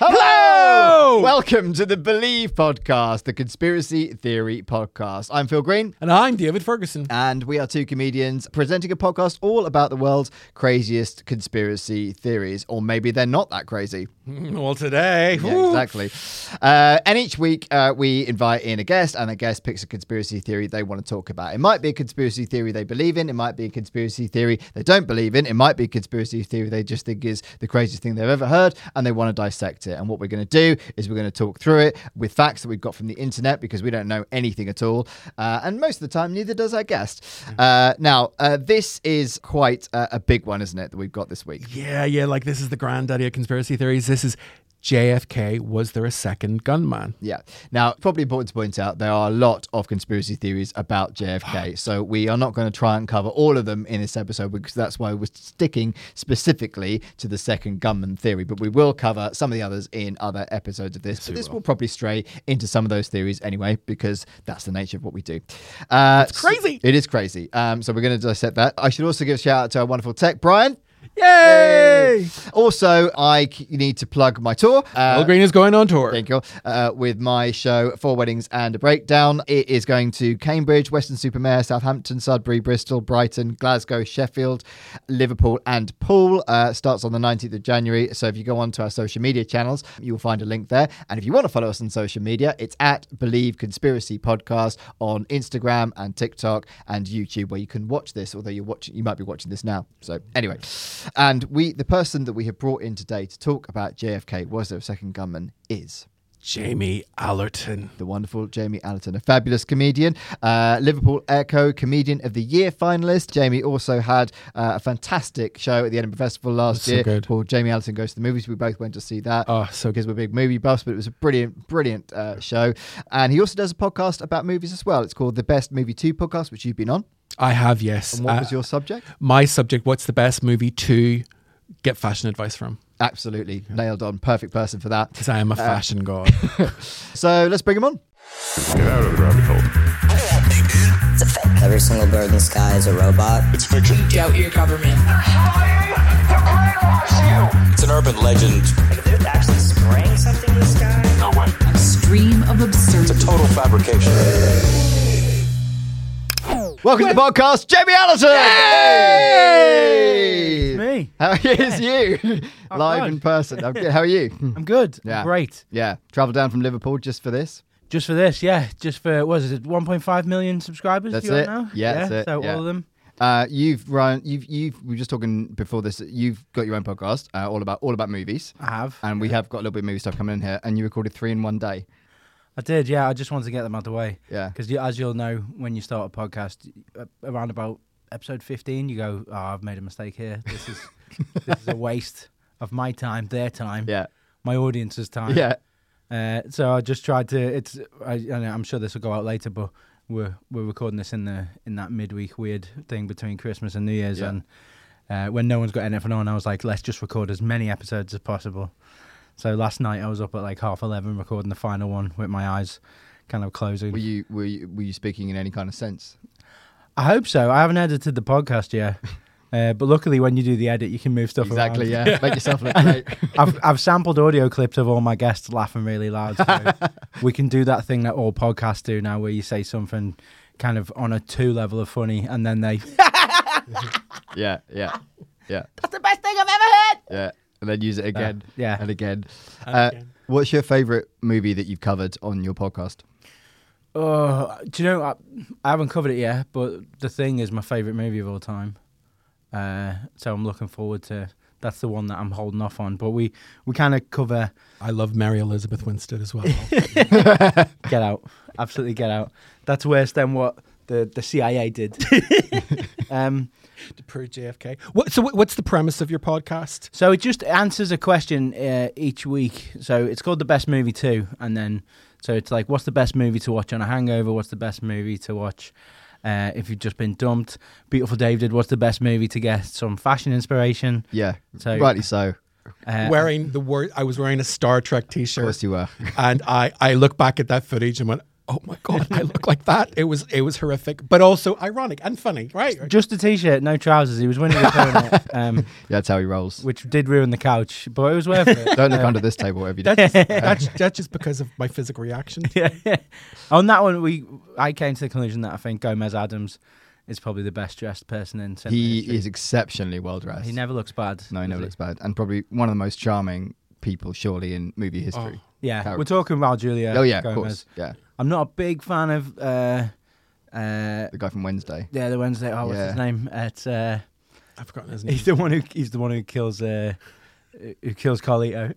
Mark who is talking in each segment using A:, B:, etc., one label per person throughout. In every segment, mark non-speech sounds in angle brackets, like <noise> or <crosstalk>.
A: Hello!
B: Hello!
A: Welcome to the Believe podcast, the conspiracy theory podcast. I'm Phil Green.
B: And I'm David Ferguson.
A: And we are two comedians presenting a podcast all about the world's craziest conspiracy theories, or maybe they're not that crazy.
B: <laughs> Well, today.
A: Yeah, exactly. Uh, and each week uh, we invite in a guest, and a guest picks a conspiracy theory they want to talk about. It might be a conspiracy theory they believe in. It might be a conspiracy theory they don't believe in. It might be a conspiracy theory they just think is the craziest thing they've ever heard, and they want to dissect it. And what we're going to do is we're going to talk through it with facts that we've got from the internet because we don't know anything at all, uh, and most of the time neither does our guest. Uh, now, uh, this is quite uh, a, a big one, isn't it? That we've got this week.
B: Yeah, yeah. Like, this is the granddaddy of conspiracy theories. This is JFK. Was there a second gunman?
A: Yeah. Now, probably important to point out there are a lot of conspiracy theories about <sighs> JFK. So we are not going to try and cover all of them in this episode because that's why we're sticking specifically to the second gunman theory. But we will cover some of the others in other episodes of this. But this will probably stray into some of those theories anyway because that's the nature of what we do. Uh, it's
B: crazy.
A: it is crazy. Um, so we're going to dissect that. I should also give a shout out to our wonderful tech, Brian.
B: Yay!
A: Also, I c- need to plug my tour. Uh,
B: Phil Green is going on tour.
A: Thank you. Uh, with my show, Four Weddings and a Breakdown. It is going to Cambridge, Western Supermare, Southampton, Sudbury, Bristol, Brighton, Glasgow, Sheffield, Liverpool, and Poole. Uh, starts on the 19th of January. So if you go onto our social media channels, you will find a link there. And if you want to follow us on social media, it's at Believe Conspiracy Podcast on Instagram and TikTok and YouTube, where you can watch this, although you're watching, you might be watching this now. So anyway, and we, the person that we have brought in today to talk about JFK, was there a second gunman, is
B: Jamie Allerton.
A: the wonderful Jamie Allerton, a fabulous comedian, uh, Liverpool Echo Comedian of the Year finalist. Jamie also had uh, a fantastic show at the Edinburgh Festival last
B: so
A: year
B: good.
A: called Jamie Allerton Goes to the Movies. We both went to see that.
B: Oh, so good.
A: because we're big movie buffs, but it was a brilliant, brilliant uh, show. And he also does a podcast about movies as well. It's called the Best Movie 2 podcast, which you've been on.
B: I have, yes.
A: And what
B: Uh,
A: was your subject?
B: my subject What's the best movie to get fashion advice from?
A: Absolutely. Nailed on. Perfect person for that.
B: Because I am a fashion <laughs> god.
A: So let's bring him on.
C: Get out of the rabbit hole.
D: Every single bird in the sky is a robot.
E: It's fiction.
F: doubt your government.
E: It's an urban legend.
G: If they're actually spraying something in the sky,
E: No way.
F: Stream of absurdity.
E: Total fabrication.
A: Welcome to the podcast, Jamie Allison. Yay!
H: me.
A: How is you? <laughs> Live
H: right.
A: in person. I'm good. How are
H: <laughs>
A: you?
H: I'm good.
A: Yeah.
H: Great.
A: Yeah. Travel down from Liverpool just for this.
H: Just for this, yeah. Just for what is it? 1.5 million subscribers.
A: That's
H: do you
A: it.
H: Know?
A: Yeah, that's it.
H: So
A: Yeah.
H: all of them.
A: Uh, you've run. You've you've. We were just talking before this. You've got your own podcast, uh, all about all about movies,
H: I have.
A: and we have got a little bit of movie stuff coming in here. And you recorded three in one day.
H: I did. Yeah. I just wanted to get them out of the way.
A: Yeah.
H: Because you, as you'll know, when you start a podcast, uh, around about episode 15, you go, "Oh, I've made a mistake here. This is <laughs> this is a waste of my time, their time,
A: Yeah.
H: my audience's time."
A: Yeah.
H: Uh, so I just tried to. It's. I, I know, I'm sure this will go out later, but we're we're recording this in the in that midweek weird thing between Christmas and New Year's,
A: Yeah.
H: and uh, when no one's got anything on, I was like, let's just record as many episodes as possible. So last night I was up at like half eleven recording the final one with my eyes kind of closing.
A: Were you were you, were you speaking in any kind of sense?
H: I hope so. I haven't edited the podcast yet,
A: <laughs>
H: uh, but luckily when you do the edit, you can move stuff
A: Exactly.
H: around.
A: Yeah. Make yourself look great.
H: I've, I've sampled audio clips of all my guests laughing really loud. So <laughs> we can do that thing that all podcasts do now, where you say something kind of on a two level of funny, and then they
A: yeah. Yeah. Yeah. That's the best thing I've ever heard. Yeah. And then use it again.
H: yeah.
A: And again. Uh, What's your favorite movie that you've covered on your podcast?
H: <laughs> Oh, do you know? I, I haven't covered it yet, but the thing is my favorite movie of all time. Uh, so I'm looking forward to. That's the one that I'm holding off on. But we we kind of cover
B: I love Mary Elizabeth Winstead <laughs> as well.
H: Get Out, absolutely Get Out. That's worse than what the the CIA <laughs> did. um,
B: per JFK. What, so, what- what's the premise of your podcast?
H: So it just answers a question uh, each week. So it's called the best movie too, and then so it's like, what's the best movie to watch on a hangover? What's the best movie to watch uh, if you've just been dumped? Beautiful Dave did. What's the best movie to get some fashion inspiration?
A: Yeah.
H: So-
A: rightly so.
H: Uh,
B: Wearing the word, I was wearing a Star Trek t
A: Of
B: shirt.
A: course you were.
B: and I, I look back at that footage and went, oh my god, I look like that. It was it was horrific, but also ironic and funny, right?
H: Just a t-shirt, no trousers. He was winning the tournament,
A: <laughs>
H: um,
A: Yeah, that's how he rolls.
H: which did ruin the couch, but it was
A: <laughs>
H: worth it.
A: Don't look under this table, whatever you do.
H: <laughs>
B: That's, that's, that's just because of my physical reaction.
H: On that one, we I came to the conclusion that I think Gomez Adams is probably the best dressed person in. Central
A: He
H: history.
A: is exceptionally well dressed.
H: He never looks bad.
A: no, he
H: does
A: never looks bad, and probably one of the most charming people, surely in movie history.
H: Yeah,
A: Carol.
H: we're talking about Julia.
A: Oh, yeah, of
H: Gomez.
A: course. Yeah,
H: I'm not a big fan of. Uh, uh,
A: the guy from Wednesday.
H: yeah, the Wednesday. Oh, what's
A: Yeah.
H: his name? It's uh,
B: I've forgotten his name.
H: he's the one who he's the one who kills uh, who kills <laughs> Carlito.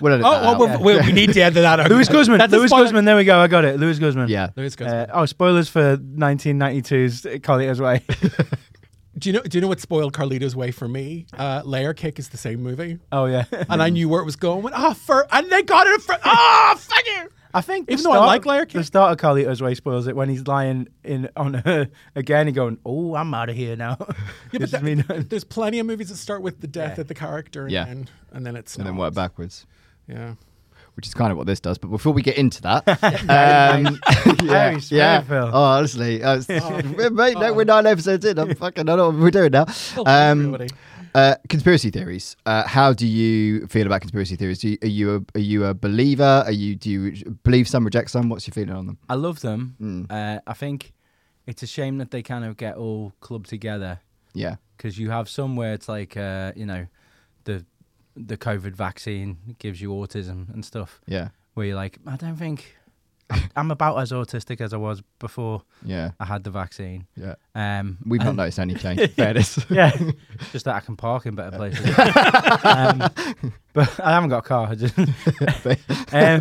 A: We'll edit that
B: Oh,
A: out.
B: well, we, we need to edit that out.
H: Louis Guzman.
B: That's a
H: Louis
B: spoiler.
H: Guzman. There we go. I got it. Louis Guzman.
A: yeah.
B: Louis Guzman.
H: Uh, oh, spoilers for 1992's Carlito's <laughs> Way.
B: do you know? Do you know what spoiled Carlito's way for me? Uh, Layer Cake is the same movie,
H: oh <laughs> yeah.
B: and I knew where it was going. Went, oh, for, and they got it. For, oh, fuck you.
H: I think the
B: Even though I
H: start
B: like
H: of-
B: Layer
H: the
B: Cake,
H: start of Carlito's Way spoils it when he's lying in on her <laughs> again and going, "Oh, I'm out of here now."
B: yeah, but
H: This is
B: that-
H: me now.
B: there's plenty of movies that start with the death of the character, and
A: Yeah.
B: then, and then it's
A: and then
B: not.
A: work backwards,
B: Yeah.
A: which is kind of what this does. But before we get into that, um, <laughs> yeah,
H: Very smooth,
A: yeah.
H: Phil.
A: Oh, honestly, I was- mate, no, we're nine episodes in. I'm fucking. I don't know what we're doing now. Um,
B: everybody.
A: uh, conspiracy theories. Uh, how do you feel about conspiracy theories? Do you, are you a, are you a believer? Are you do you believe some, reject some? What's your feeling on them?
H: I love them. Uh, I think it's a shame that they kind of get all clubbed together
A: Yeah,
H: because you have some where it's like, uh, you know, the the COVID vaccine gives you autism and stuff,
A: yeah,
H: where you're like, I don't think I'm, I'm about as autistic as I was before
A: yeah,
H: I had the vaccine.
A: yeah.
H: Um,
A: We've not
H: <laughs> and-
A: noticed any change. Fairness. <laughs>
H: Yeah, just that I can park in better places. um, but I haven't got a car. I just, um,
A: <laughs>
H: <laughs>
A: but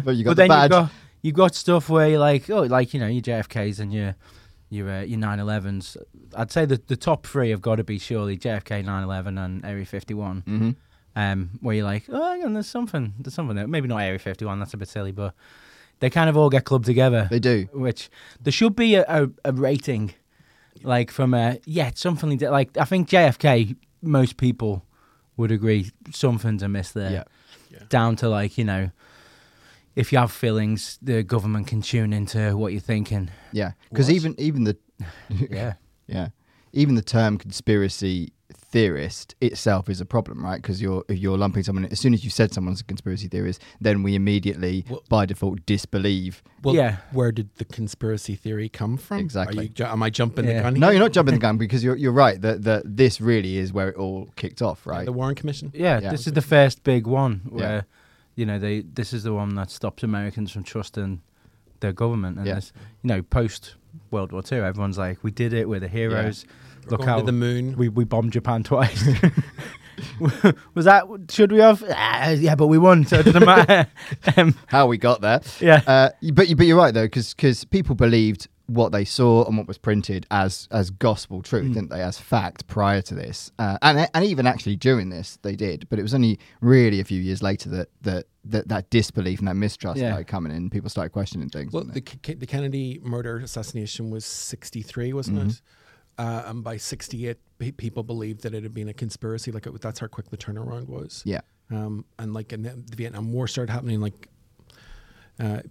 H: but
A: you got the
H: then
A: badge.
H: You've got, you've got stuff where you're like, oh, like you know, your JFKs and your your uh, your 911s. I'd say that the top three have got to be surely JFK, 911, and Area 51.
A: Mhm.
H: Um, where you're like, oh, hang on, there's something, there's something there. Maybe not Area 51. That's a bit silly, but they kind of all get clubbed together
A: They do.
H: which there should be a, a, a rating like from a yeah it's something like that like i think jfk most people would agree something's amiss there
A: Yeah.
H: down to like you know if you have feelings the government can tune into what you're thinking
A: Yeah, because even even the
H: <laughs>
A: <laughs>
H: yeah
A: Yeah. Even the term conspiracy theorist itself is a problem, right? Because you're if you're lumping someone as soon as you said someone's a conspiracy theorist, then we immediately by default disbelieve.
B: Well,
H: Yeah.
B: where did the conspiracy theory come from? Are
A: Exactly.
B: you ju- am I jumping the
H: Yeah.
B: gun?
A: No,
B: here?
A: you're not jumping the gun because you're you're right that that this really is where it all kicked off, right?
B: The Warren Commission.
H: yeah,
A: Yeah.
H: this is the first big one
A: Yeah.
H: where you know they this is the one that stops americans from trusting their government and
A: Yeah.
H: this you know post world war ii everyone's like we did it we're the heroes look
B: going to
H: how
B: the moon.
H: we, we bombed japan <laughs> twice was that should we have ah, yeah but we won so it doesn't <laughs> matter um,
A: How we got there?
H: Yeah.
A: Uh, but you, but you're right though, because people believed what they saw and what was printed as as gospel truth,
H: Mm.
A: didn't they? As fact prior to this, uh, and and even actually during this, they did. But it was only really a few years later that that that, that disbelief and that mistrust
H: Yeah.
A: started coming in. People started questioning things.
B: Well,
A: didn't
B: the,
A: they?
B: K- the Kennedy murder assassination was 63, wasn't
A: Mm-hmm.
B: it? Uh, and by 68, pe- people believed that it had been a conspiracy. Like, it, that's how quick the turnaround was.
A: yeah,
B: Um, and, like, and then the Vietnam War started happening, like, uh,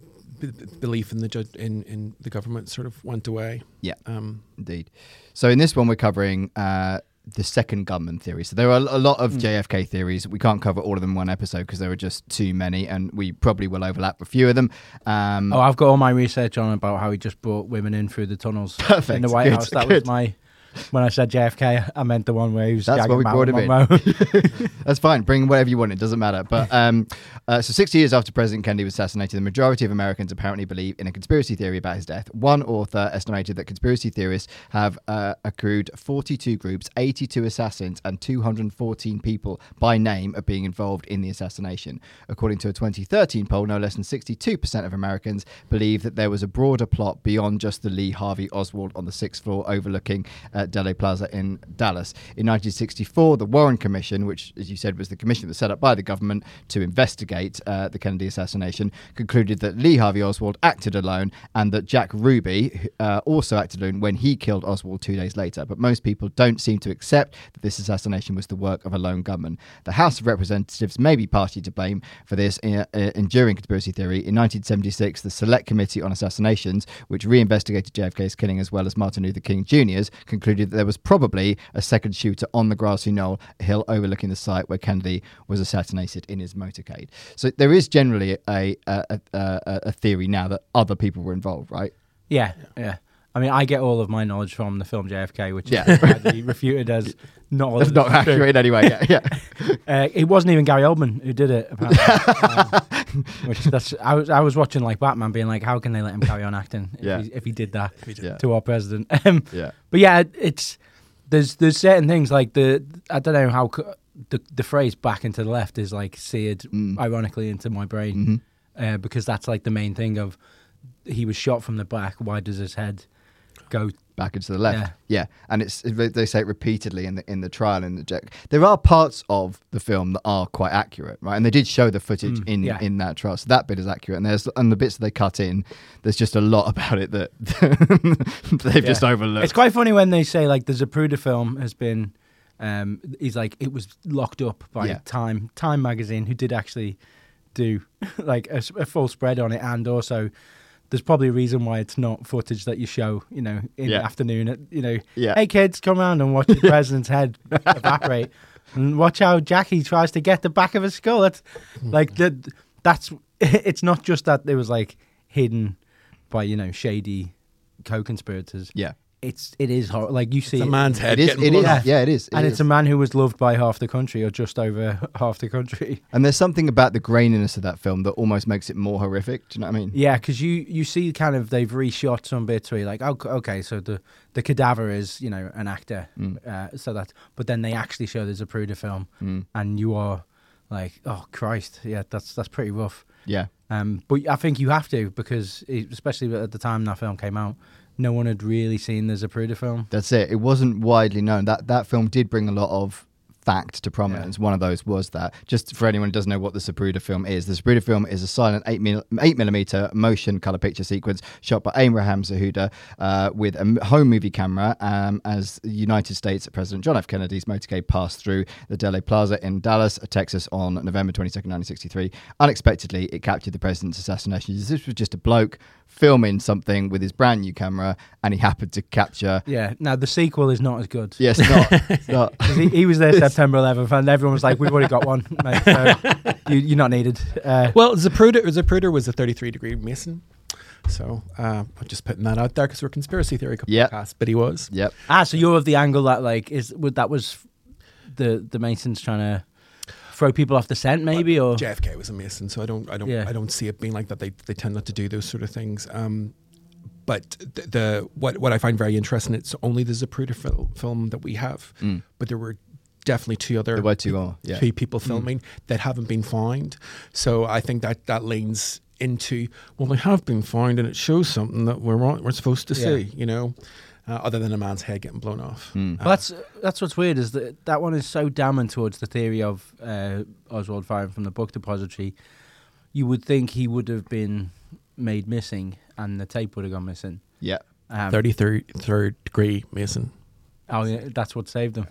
B: b- b- belief in the judge in, in the government sort of went away.
A: yeah.
B: Um,
A: Indeed. So in this one, we're covering uh, the second gunman theory. So there are a lot
H: Mm.
A: of JFK theories. We can't cover all of them in one episode because there are just too many, and we probably will overlap a few of them. Um,
H: oh i've got all my research on about how he just brought women in through the tunnels in
A: Perfect,
H: the white
A: good,
H: house that
A: good.
H: was my when i said jfk i meant the one where he was
A: That's why
H: gagging
A: we
H: Marilyn
A: brought him in.
H: Monroe. <laughs>
A: That's fine. Bring whatever you want. It doesn't matter. But um, uh, so, 60 years after President Kennedy was assassinated, the majority of Americans apparently believe in a conspiracy theory about his death. One author estimated that conspiracy theorists have uh, accrued 42 groups, 82 assassins, and 214 people by name are being involved in the assassination. According to a 2013 poll, no less than 62% of Americans believe that there was a broader plot beyond just the Lee Harvey Oswald on the sixth floor overlooking uh, at Dele Plaza in Dallas. In 1964, the Warren Commission, which, as you said, was the commission that was set up by the government to investigate uh, the Kennedy assassination, concluded that Lee Harvey Oswald acted alone and that Jack Ruby uh, also acted alone when he killed Oswald two days later. But most people don't seem to accept that this assassination was the work of a lone gunman. The House of Representatives may be partly to blame for this uh, uh, enduring conspiracy theory. In 1976, the Select Committee on Assassinations, which reinvestigated JFK's killing as well as Martin Luther King Jr.'s, concluded that there was probably a second shooter on the grassy knoll hill overlooking the site where Kennedy was assassinated in his motorcade. So there is generally a a, a, a, a theory now that other people were involved, right?
H: Yeah, yeah. I mean, I get all of my knowledge from the film JFK, which
A: Yeah.
H: is widely refuted as not all
A: That's
H: <laughs> of
A: not
H: it's true.
A: accurate in any way. Yeah, yeah.
H: Uh, it wasn't even Gary Oldman who did it.
A: <laughs>
H: Apparently. um, which that's I was I was watching like Batman, being like, how can they let him carry on acting if,
A: Yeah.
H: he, if he did that
A: did that.
H: to our president? <laughs> Um,
A: Yeah.
H: But yeah, it- it's there's there's certain things like the I don't know how co- the the phrase back into the left is like seared
A: Mm.
H: ironically into my brain
A: Mm-hmm.
H: uh, because that's like the main thing of he was shot from the back. Why does his head go?
A: back and to the left. Yeah, and it's they they say it repeatedly in the in the trial in the Jack. There are parts of the film that are quite accurate, right? And they did show the footage in
H: Mm, yeah.
A: in that trial, so that bit is accurate. And there's and the bits that they cut in, there's just a lot <laughs> about it that they've just overlooked.
H: It's quite funny when they say like the Zapruder film has been. Um, he's like it was locked up by
A: Yeah.
H: Time Time magazine, who did actually do <laughs> like a, s- a full spread on it, and also there's probably a reason why it's not footage that you show, you know, in
A: Yeah.
H: the afternoon at you know,
A: Yeah.
H: hey kids, come round and
A: <laughs>
H: watch the president's head evaporate, and watch how Jackie tries to get the back of his skull. That's like the, that's <laughs> it's not just that it was like hidden by you know shady co-conspirators
A: yeah,
H: it's it is hor Like you see,
B: It's a
H: it.
B: man's head.
A: it is.
B: getting
A: It
B: blown
A: is.
B: off.
H: off.
A: Yeah, it is. it
H: and
A: is.
H: it's a man who was loved by half the country or just over <laughs> half the country.
A: and there's something about the graininess of that film that almost makes it more horrific. Do you know what I mean?
H: Yeah, because you you see kind of they've reshot some bits where you're like, oh, okay, so the the cadaver is you know an actor,
A: Mm.
H: uh, so that. But then they actually show there's a Pruder film,
A: Mm.
H: and you are like, oh Christ, yeah, that's that's pretty rough.
A: Yeah.
H: Um, but I think you have to because it, especially at the time that film came out, no one had really seen the Zapruder film.
A: That's it. It wasn't widely known. That that film did bring a lot of fact to prominence. One of those was that. Just for anyone who doesn't know what the Zapruder film is, the Zapruder film is a silent eight mil, eight millimeter motion color picture sequence shot by Abraham Zahuda uh, with a m- home movie camera um, as the United States President John F. Kennedy's motorcade passed through the Dele Plaza in Dallas, Texas, on November twenty second, nineteen sixty three. Unexpectedly, it captured the president's assassination. This was just a bloke filming something with his brand new camera, and he happened to capture
H: Yeah. Now the sequel is not as good.
A: Yes, not, it's not.
H: 'Cause he, he was there September 11th, and everyone was like, "We've already got one, mate, so you, you're not needed." Uh,
B: Well, Zapruder, Zapruder was a 33 degree Mason. So uh, I'm just putting that out there because we're a conspiracy theory
A: Yep.
B: podcast, but he was.
A: Yep.
H: ah, so you're of the angle that like is would that was the the Masons trying to throw people off the scent, maybe,
A: Oh.
H: or
B: JFK was a Mason, so I don't, I don't,
H: Yeah.
B: I don't see it being like that. They, they tend not to do those sort of things. Um, but the, the what what I find very interesting, it's only the Zapruder fil- film that we have,
A: mm,
B: but there were definitely two other
A: There were two more, yeah. Mm.
B: three people filming that haven't been found. So I think that that leans into well, they have been found, and it shows something that we're on, we're supposed to
H: Yeah.
B: see, you know, uh, other than a man's head getting blown off. Uh,
A: Hmm.
H: Well, that's that's what's weird is that that one is so damning towards the theory of uh, Oswald firing from the book depository. You would think he would have been made missing, and the tape would have gone missing.
A: Yep.
H: Um,
B: 33rd third degree Mason.
H: oh, yeah, that's what saved him.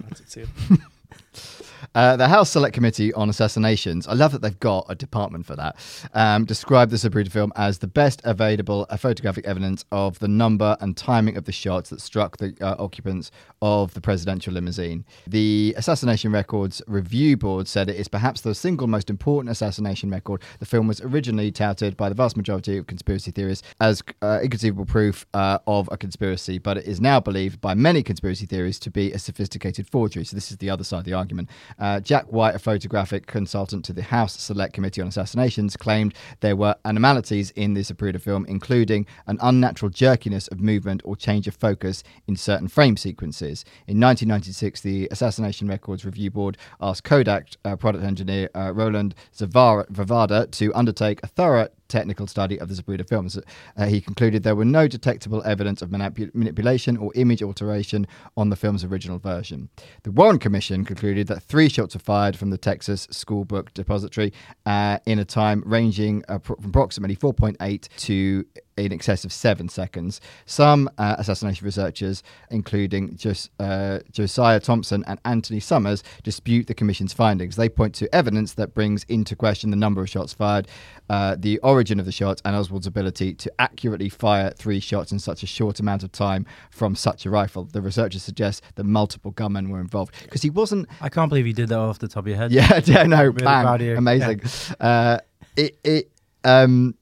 A: Uh, the House Select Committee on Assassinations. I love that they've got a department for that. Um, described the Zapruder film as the best available uh, photographic evidence of the number and timing of the shots that struck the uh, occupants of the presidential limousine. The Assassination Records Review Board said it is perhaps the single most important assassination record. The film was originally touted by the vast majority of conspiracy theorists as uh, inconceivable proof uh, of a conspiracy, but it is now believed by many conspiracy theories to be a sophisticated forgery. So this is the other side of the argument. Uh, Jack White, a photographic consultant to the House Select Committee on Assassinations, claimed there were anomalies in this Zapruder film, including an unnatural jerkiness of movement or change of focus in certain frame sequences. In 1996, the Assassination Records Review Board asked Kodak uh, product engineer uh, Roland Zavara- Zavada to undertake a thorough technical study of the Zapruder films. Uh, he concluded there were no detectable evidence of manipu- manipulation or image alteration on the film's original version. The Warren Commission concluded that three shots were fired from the Texas School Book Depository uh, in a time ranging appro- from approximately 4.8 to in excess of seven seconds. Some uh, assassination researchers, including Jos- uh, Josiah Thompson and Anthony Summers, dispute the commission's findings. They point to evidence that brings into question the number of shots fired, uh, the origin of the shots, and Oswald's ability to accurately fire three shots in such a short amount of time from such a rifle. The researchers suggest that multiple gunmen were involved because he wasn't
H: I can't believe you did that off the top of your
A: <laughs>
H: head.
A: yeah, yeah, no,
H: proud of
A: bang,
H: you.
A: amazing. Uh, it, it, um,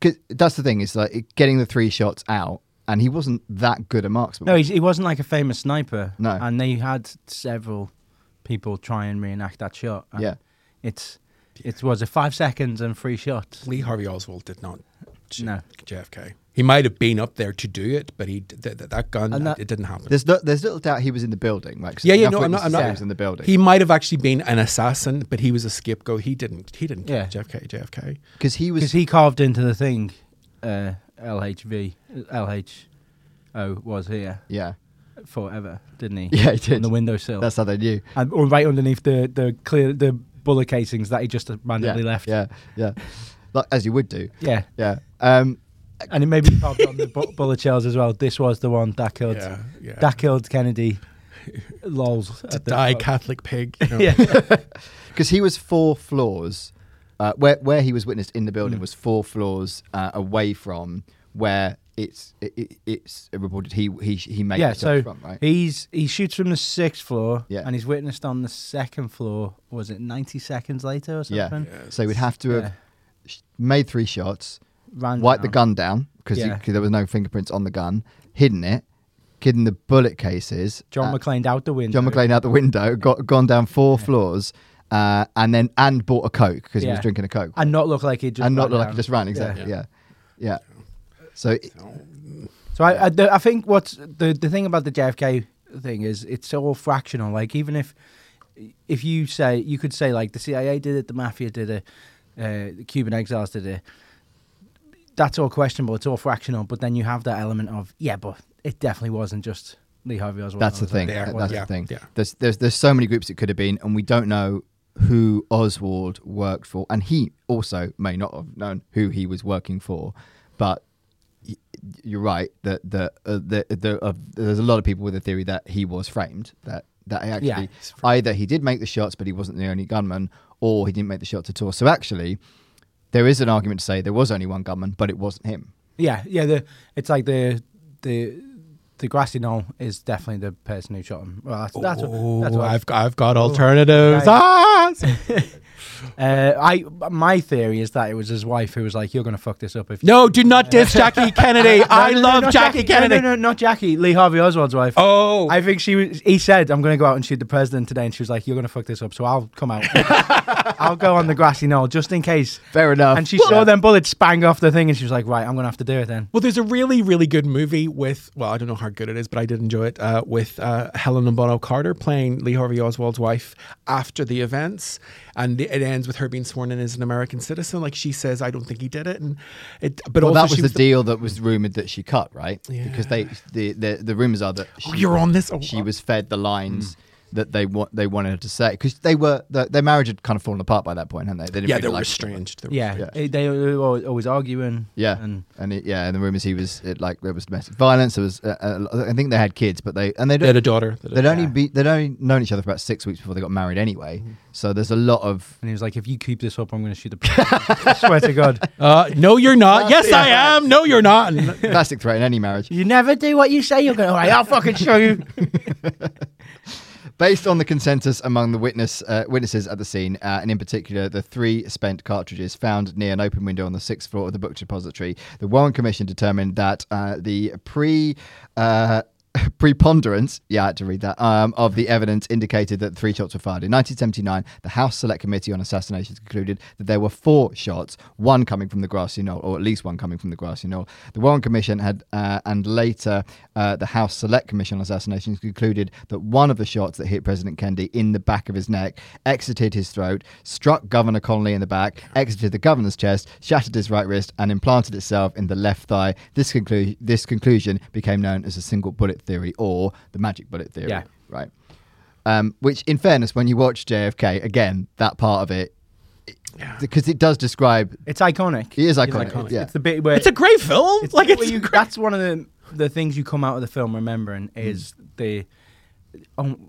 A: 'cause that's the thing is like it- getting the three shots out, and he wasn't that good a marksman.
H: No, he, he wasn't like a famous sniper.
A: No.
H: And they had several people try and reenact that shot. and
A: Yeah.
H: It's it was a five seconds and three shots.
B: Lee Harvey Oswald did not shoot
H: No.
B: JFK. He might have been up there to do it, but he d- th- th- that gun
H: And that-
B: it didn't happen.
A: there's no, there's little doubt he was in the building, right? 'Cause
B: yeah, yeah,
A: enough
B: no, I'm not.
A: witnesses
B: I'm
A: say
B: not.
A: He was in the building
B: He might have actually been an assassin, but he was a scapegoat. He didn't. He didn't
H: Yeah.
B: kill JFK. JFK.
A: because he was
H: Because he carved into the thing uh, LHV, LHO was here
A: yeah,
H: forever, didn't he?
A: Yeah, he did.
H: On the windowsill.
A: that's how they knew.
H: and, or right underneath the, the clear the bullet casings that he just
A: Yeah,
H: randomly left.
A: yeah, yeah, like as you would do.
H: Yeah.
A: Yeah, um,
H: And it maybe carved on the bu- bullet shells as well. This was the one that killed
B: Yeah, yeah.
H: that killed Kennedy. Lols.
B: <laughs> To
H: at the-
B: die, Catholic pig.
A: <laughs>
B: you know.
H: Yeah.
A: because he was four floors uh, where where he was witnessed in the
H: Mm.
A: building was four floors uh, away from where it's it, it, it's reported he he he made the
H: yeah, so
A: shot from right
H: he's he shoots from the sixth floor,
A: Yeah.
H: and he's witnessed on the second floor. Was it ninety seconds later or
A: yeah.
H: something?
A: so we'd have to have
H: Yeah.
A: sh- made three shots
H: Ran
A: wiped the
H: down.
A: gun down because
H: Yeah.
A: there was no fingerprints on the gun hidden it hidden the bullet cases
H: John
A: uh,
H: McClane out the window.
A: John McClane out the window got gone down four floors uh, and then and bought a coke because he was
H: Yeah.
A: drinking a coke
H: and not look like he just
A: and not
H: ran
A: look like
H: down.
A: he just ran exactly yeah yeah, so it-
H: So I, I, do- I think what's the the thing about the JFK thing is it's all fractional. Like even if if you say you could say like the CIA did it, the mafia did it, uh, the Cuban exiles did it. That's all questionable. It's all fractional. But then you have that element of yeah, but it definitely wasn't just Lee Harvey Oswald.
A: That's the thing.
B: They are-
A: That's
B: yeah,
A: the thing.
B: yeah.
A: There's there's there's so many groups it could have been, and we don't know who Oswald worked for, and he also may not have known who he was working for, but. y- You're right that the uh, the, the uh, there's a lot of people with the theory that he was framed that that he actually
H: Yeah.
A: either he did make the shots but he wasn't the only gunman or he didn't make the shots at all. So actually, there is an argument to say there was only one gunman but it wasn't him.
H: Yeah, yeah. The it's like the the the grassy knoll is definitely the person who shot him. Well, that's that's what, that's
B: Oh,
H: what I-
B: I've got, I've got alternatives.
H: Right.
B: Ah!
H: Uh, I my theory is that it was his wife who was like, "You're gonna fuck this up if you."
B: No, do not diss
H: <laughs>
B: Jackie Kennedy. I
H: No, no, no,
B: love
H: not
B: Jackie, Kennedy.
H: No, no, no, not Jackie. Lee Harvey Oswald's wife.
B: Oh,
H: I think she was. He said, "I'm gonna go out and shoot the president today," and she was like, "You're gonna fuck this up, so I'll come
B: <laughs>
H: out. I'll go on the grassy knoll just in case."
A: Fair enough.
H: And she
A: Yeah.
H: saw them bullets bang off the thing, and she was like, "Right, I'm gonna have to do it then."
B: Well, there's a really, really good movie with, well, I don't know how good it is, but I did enjoy it, uh, with uh, Helen and Bono Carter playing Lee Harvey Oswald's wife after the events. And it ends with her being sworn in as an American citizen. Like she says, I don't think he did it. And it, but
A: Well,
B: also
A: that was
B: she
A: the deal that was rumored that she cut, right? Because they the the, the rumors are that she,
B: Oh, you're on this. Oh, Mm.
A: she was fed the lines that they want they wanted her to say because they were the, their marriage had kind of fallen apart by that point, hadn't they? they didn't
B: yeah,
A: really
B: they were
A: like each other.
B: estranged. They were
H: Yeah,
B: estranged.
H: eh, they were always- always arguing.
A: Yeah, and,
H: and
A: it, yeah, and the rumors he was it, like there was domestic violence. There was uh, uh, I think they had kids, but they and they
B: They had a
A: don't,
B: daughter.
A: they'd only be they'd only known each other for about six weeks before they got married anyway. So there's a lot
B: <laughs>
A: of
H: and he was like, "If you keep this up, I'm gonna shoot the president." I swear
B: <laughs>
H: to God,
B: Uh, no, you're not. yes, I am. No, you're
H: <laughs>
B: not. And-
A: classic threat in any marriage.
H: you never do what you say you're gonna. All right, I'll fucking
B: <laughs>
H: show you.
A: Based on the consensus among the witness uh, witnesses at the scene, uh, and in particular the three spent cartridges found near an open window on the sixth floor of the book depository, the Warren Commission determined that uh, <laughs> the pre. Uh, preponderance, yeah, I had to read that, um, of the evidence indicated that three shots were fired. In 1979, the House Select Committee on Assassinations concluded that there were four shots, one coming from the grassy knoll, or at least one coming from the grassy knoll. The Warren Commission had, uh, and later uh, the House Select Commission on Assassinations concluded that one of the shots that hit President Kennedy in the back of his neck exited his throat, struck Governor Connolly in the back, exited the governor's chest, shattered his right wrist, and implanted itself in the left thigh. This, conclu- this conclusion became known as the single bullet theory or the magic bullet theory.
H: Yeah.
A: Right. Um, which, in fairness, when you watch JFK, again, that part of it, because it does describe.
H: It's iconic.
A: It is
H: It's
A: iconic, yeah.
H: It's the bit where
B: It's a great film.
H: it's
B: like
H: the bit
B: it's
H: where you-
B: great.
H: that's one of the the things you come out of the film remembering is the um,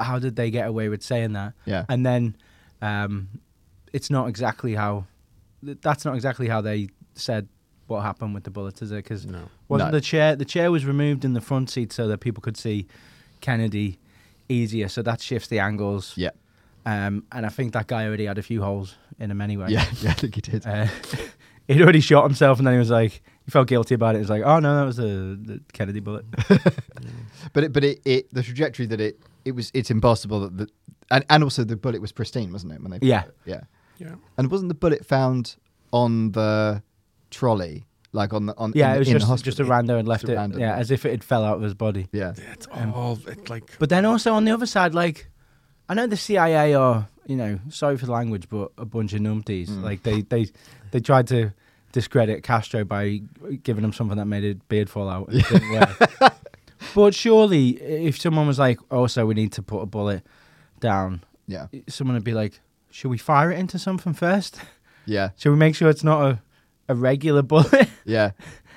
H: how did they get away with saying that?
A: Yeah.
H: and then um, it's not exactly how th- that's not exactly how they said what happened with the bullets, is it? Because
B: No.
H: wasn't
A: No.
H: the chair the chair was removed in the front seat so that people could see Kennedy easier, so that shifts the angles.
A: Yeah.
H: Um, and I think that guy already had a few holes in him anyway.
A: <laughs> Yeah, yeah, I think he did.
H: Uh, <laughs> he'd already shot himself, and then he was like, he felt guilty about it. He was like, oh no, that was the, the
A: <laughs>
H: Kennedy bullet.
A: But it, but it, it the trajectory that it it was it's impossible that the and, and also the bullet was pristine, wasn't it? When they
H: Yeah.
A: yeah,
B: Yeah.
A: and wasn't the bullet found on the trolley like on the on
H: yeah,
A: in,
H: it was
A: in the
H: just,
A: hospital?
H: just a rando and left
A: Just a
H: it.
A: rando,
H: yeah, as if it had fell out of his body.
A: yeah
B: It's all Oh, it's like
H: But then also on the other side, like, I know the CIA are, you know, sorry for the language, but a bunch of numpties.
A: Mm.
H: Like they they they tried to discredit Castro by giving him something that made his beard fall out. and it didn't work. <laughs> but surely, if someone was like, "Oh, so we need to put a bullet down,"
A: yeah
H: someone would be like, "Should we fire it into something first? <laughs>
A: yeah
H: Should we make sure it's not a, a regular bullet <laughs>
A: yeah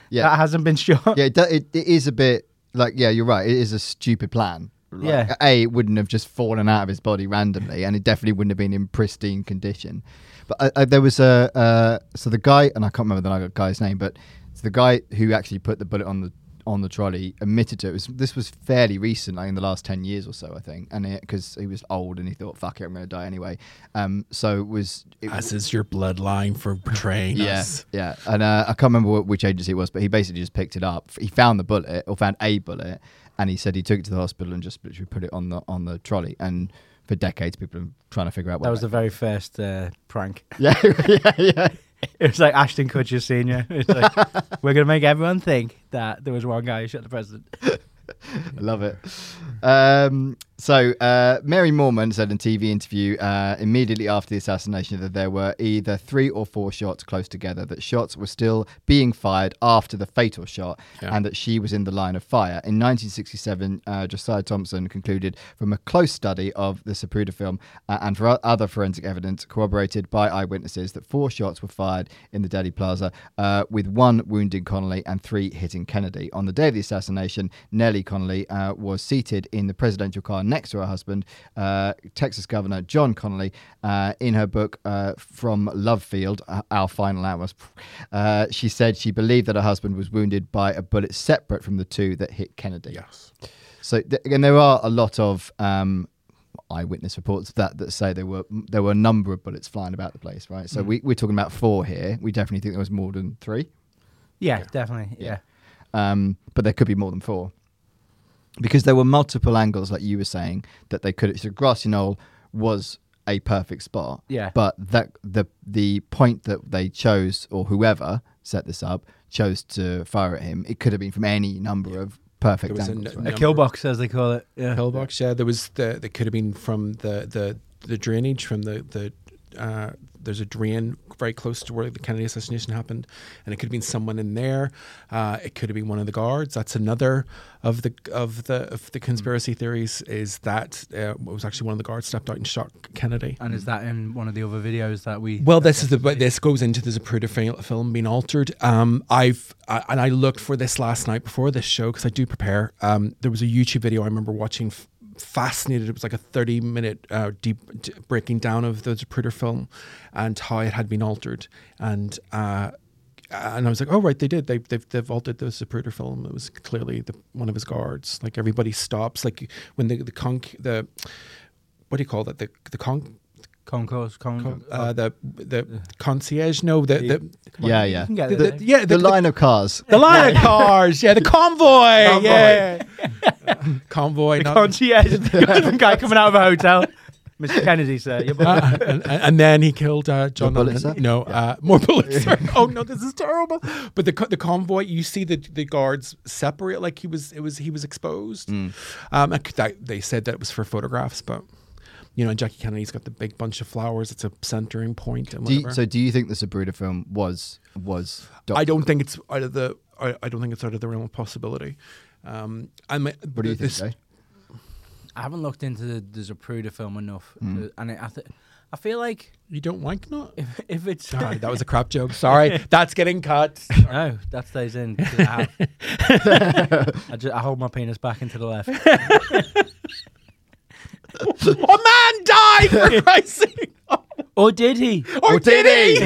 A: yeah
H: that hasn't been shot?"
A: yeah. It, do- it it is a bit like yeah, you're right. It is a stupid plan. Like,
H: Yeah.
A: a it wouldn't have just fallen out of his body randomly, and it definitely wouldn't have been in pristine condition. But uh, uh, there was a uh, so the guy, and I can't remember the guy's name, but it's the guy who actually put the bullet on the on the trolley admitted to it. it was, this was fairly recent, like in the last ten years or so, I think, and because he was old and he thought, "Fuck it, I'm going to die anyway." Um, so it was it
B: as is your bloodline for betraying us.
A: yeah, yeah. And uh, I can't remember wh- which agency it was, but he basically just picked it up. He found the bullet or found a bullet, and he said he took it to the hospital and just literally put it on the on the trolley. And for decades, people have been trying to figure out what
H: That was the very first uh, prank. <laughs>
A: yeah, <laughs> yeah, yeah,
H: It was like Ashton Kutcher Senior. <laughs> It's
B: <laughs>
H: like we're gonna make everyone think that there was one guy who shot the president.
A: I <laughs> love it. Um, so uh, Mary Mormon said in a TV interview uh, immediately after the assassination that there were either three or four shots close together. That shots were still being fired after the fatal shot,
B: Yeah.
A: and that she was in the line of fire. In 1967, uh, Josiah Thompson concluded from a close study of the Sapruda film uh, and for o- other forensic evidence corroborated by eyewitnesses that four shots were fired in the Delhi Plaza, uh, with one wounding Connolly and three hitting Kennedy. On the day of the assassination, Nellie Connolly uh, was seated in the presidential car next to her husband, uh, Texas Governor John Connolly, uh, in her book uh, From Love Field, uh, Our Final Hours. Uh, she said she believed that her husband was wounded by a bullet separate from the two that hit Kennedy.
B: Yes.
A: So th- again, there are a lot of um, eyewitness reports of that that say there were there were a number of bullets flying about the place, right?
B: Mm.
A: So we, we're talking about four here. We definitely think there was more than three,
H: Yeah, definitely. Yeah.
A: um, but there could be more than four because there were multiple angles, like you were saying, that they could. So grassy knoll was a perfect spot,
H: Yeah.
A: But that the the point that they chose or whoever set this up chose to fire at him. It could have been from any number of perfect
B: There was a
A: angles.
B: n-
A: right?
H: A kill box, as they call it. Yeah.
B: Pillbox, yeah. There was the that could have been from the the the drainage from the the. Uh, there's a drain very close to where the Kennedy assassination happened, and it could have been someone in there. Uh, it could have been one of the guards. That's another of the of the of the conspiracy theories is that uh, it was actually one of the guards stepped out and shot Kennedy.
H: And is that in one of the other videos that we?
B: Well, this is the but this goes into the Zapruder fil- film being altered. Um, I've I, and I looked for this last night before this show because I do prepare. Um, there was a YouTube video I remember watching. F- fascinated it was like a 30 minute uh, deep d- breaking down of the Zapruder film and how it had been altered and uh, and I was like, oh right, they did. They, they've they've altered the Zapruder film. It was clearly the, one of his guards. Like everybody stops. Like when the the conch the what do you call that the the conch
H: concourse. Con- oh.
B: Con- uh, the the concierge. No, the the,
A: Yeah, yeah.
H: can get
A: The,
H: it.
A: the-
B: yeah <laughs>
A: the line of cars.
B: the line of cars. Yeah, the convoy. Yeah, convoy.
H: The
B: not-
H: concierge, <laughs> some guy coming out of a hotel. Mr. Kennedy, sir.
B: <laughs>
H: You're
B: <laughs> Uh, and, and- and then he killed uh, John
A: More
B: Lennon.
A: Pulitzer?
B: You know, uh, more Pulitzer. <laughs> oh no, this is terrible. But the co- the convoy, you see the the guards separate. Like he was, it was he was exposed.
A: Mm.
B: Um, and that- they said that it was for photographs, but you know, and Jackie Kennedy's got the big bunch of flowers. It's a centering point and
A: Do
B: whatever.
A: you, so do you think the Sabruda film was was? doc-
B: I don't think it's out of the. I, I don't think it's out of the realm of possibility. Um, I'm,
A: What do you think? <laughs> Jay?
H: I haven't looked into the, the Zapruder film enough,
A: Hmm.
H: uh, and I, I, th- I feel like
B: You don't like not.
H: if, if it's <laughs>
B: God, that was a crap joke. Sorry, that's getting cut.
H: no, that stays in. 'cause I, have.
A: <laughs>
H: I, ju- I hold my penis back into the left.
B: A man died for
H: <laughs>
B: Christ's
A: <laughs>
B: sake.
H: Or did he? <laughs>
B: Or, did he?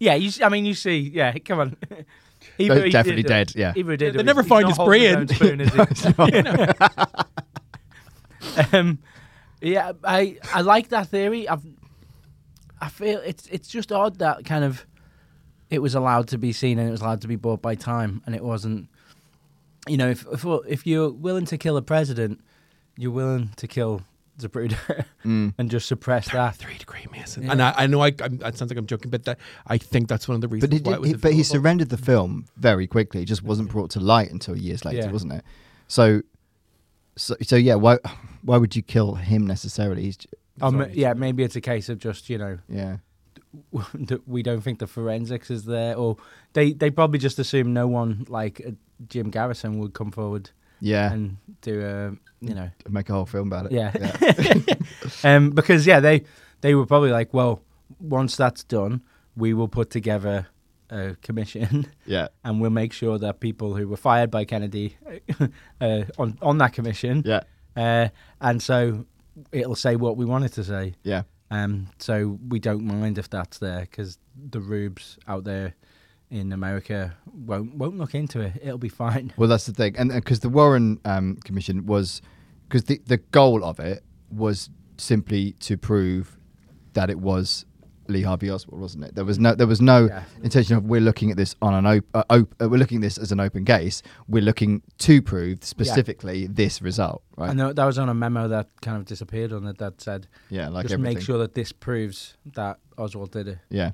H: Yeah, you. s- I mean, you see. Yeah, come on. <laughs> Either
A: They're
H: he
A: definitely
H: did-
A: dead. Yeah.
H: Either he did.
B: They
H: or he-
B: never
H: he's
B: find
H: not
B: his
H: holding his
B: brain.
H: own spoon, is
A: <laughs>
H: he? um, yeah, I I like that theory. I've I feel it's it's just odd that kind of it was allowed to be seen and it was allowed to be bought by time and it wasn't. You know, if if, if you're willing to kill a president, you're willing to kill Zapruder <laughs> and just suppress that.
B: Three degree Mason. And I, I know I, I'm, that sounds like I'm joking, but that, I think that's one of the reasons
A: But he,
B: why
A: did,
B: it was
A: he, but he
B: available.
A: surrendered the film very quickly. It just wasn't brought to light until years later,
H: Yeah.
A: wasn't it? So, so, so yeah. Why, why would you kill him necessarily? He's, j-
H: Um, yeah, maybe it's a case of just you know <laughs>
A: yeah.
H: that we don't think the forensics is there, or they they probably just assume no one like uh, Jim Garrison would come forward
A: Yeah.
H: and do um you know
A: Make a whole film about it.
H: Yeah. <laughs> um because yeah they they were probably like well once that's done we will put together a commission <laughs>
A: Yeah.
H: and we'll make sure that people who were fired by Kennedy <laughs> uh, on on that commission
A: Yeah.
H: uh, and so it'll say what we want it to say
A: Yeah.
H: um, so we don't mind if that's there because the rubes out there in America won't won't look into it. It'll be fine.
A: Well, that's the thing, and because the Warren um, Commission was, because the the goal of it was simply to prove that it was Lee Harvey Oswald, wasn't it? There was no there was no
H: Yeah.
A: intention of we're looking at this on an op- uh, op- uh, we're looking at this as an open case. We're looking to prove specifically this result, right?
H: And tha- that was on a memo that kind of disappeared on it that said,
A: yeah, like
H: just
A: everything.
H: make sure that this proves that Oswald did it.
A: Yeah.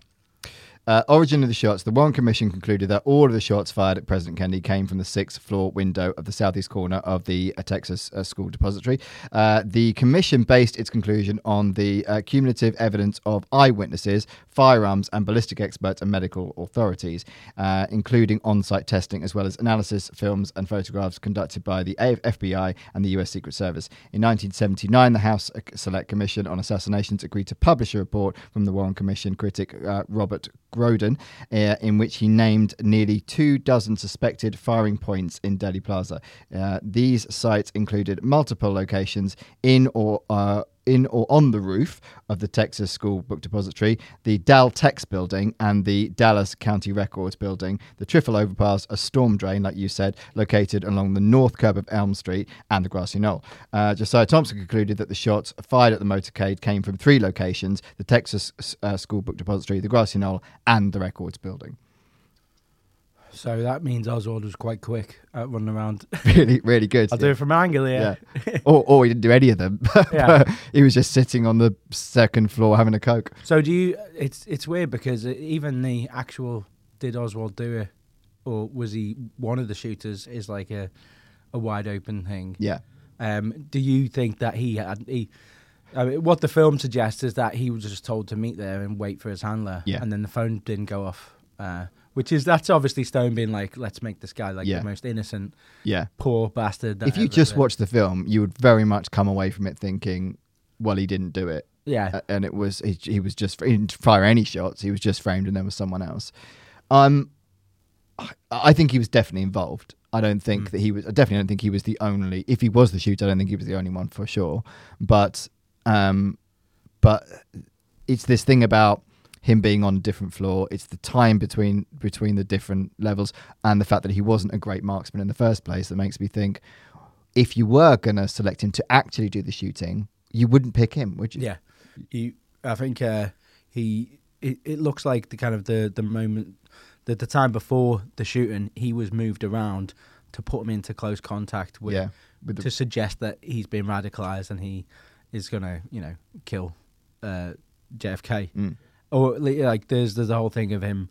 A: Uh, origin of the shots. The Warren Commission concluded that all of the shots fired at President Kennedy came from the sixth floor window of the southeast corner of the uh, Texas uh, School Depository. Uh, the commission based its conclusion on the uh, cumulative evidence of eyewitnesses, firearms, and ballistic experts and medical authorities, uh, including on site testing as well as analysis, films, and photographs conducted by the A- FBI and the U.S. Secret Service. In 1979, the House uh, Select Commission on Assassinations agreed to publish a report from the Warren Commission critic uh, Robert Groden, uh, in which he named nearly two dozen suspected firing points in Delhi Plaza. Uh, these sites included multiple locations in or uh, in or on the roof of the Texas School Book Depository, the Dal Tex building, and the Dallas County Records building, the Trifle Overpass, a storm drain, like you said, located along the north curb of Elm Street and the grassy knoll. Uh, Josiah Thompson concluded that the shots fired at the motorcade came from three locations the Texas uh, School Book Depository, the grassy knoll, and the records building. <laughs>
H: So that means Oswald was quite quick at running around.
A: Really, really good.
H: I'll do it from an angle here.
A: Yeah. or, or he didn't do any of them. <laughs>
H: Yeah.
A: he was just sitting on the second floor having a Coke.
H: So do you? It's it's weird because even the actual did Oswald do it, or was he one of the shooters? Is like a a wide open thing.
A: Yeah.
H: Um, do you think that he had he? I mean, what the film suggests is that he was just told to meet there and wait for his handler,
A: Yeah.
H: and then the phone didn't go off. Uh, which is that's obviously Stone being like, let's make this guy like
A: Yeah.
H: the most innocent,
A: Yeah.
H: poor bastard. That
A: if you
H: ever
A: just
H: lived."
A: watched the film, you would very much come away from it thinking, well, he didn't do it.
H: Yeah.
A: A- And it was, he, he was just, he didn't fire any shots. He was just framed and there was someone else. Um, I, I think he was definitely involved. I don't think that he was, I definitely don't think he was the only, if he was the shooter, I don't think he was the only one for sure. But, um, but it's this thing about him being on a different floor. It's the time between between the different levels and the fact that he wasn't a great marksman in the first place that makes me think if you were gonna select him to actually do the shooting, you wouldn't pick him, would you?
H: Yeah, he, I think uh, he. It, it looks like the kind of the the moment, the the time before the shooting, he was moved around to put him into close contact with,
A: Yeah, with the-
H: to suggest that he's been radicalized and he is gonna, you know, kill uh, JFK.
A: mm.
H: Or li- like there's there's the whole thing of him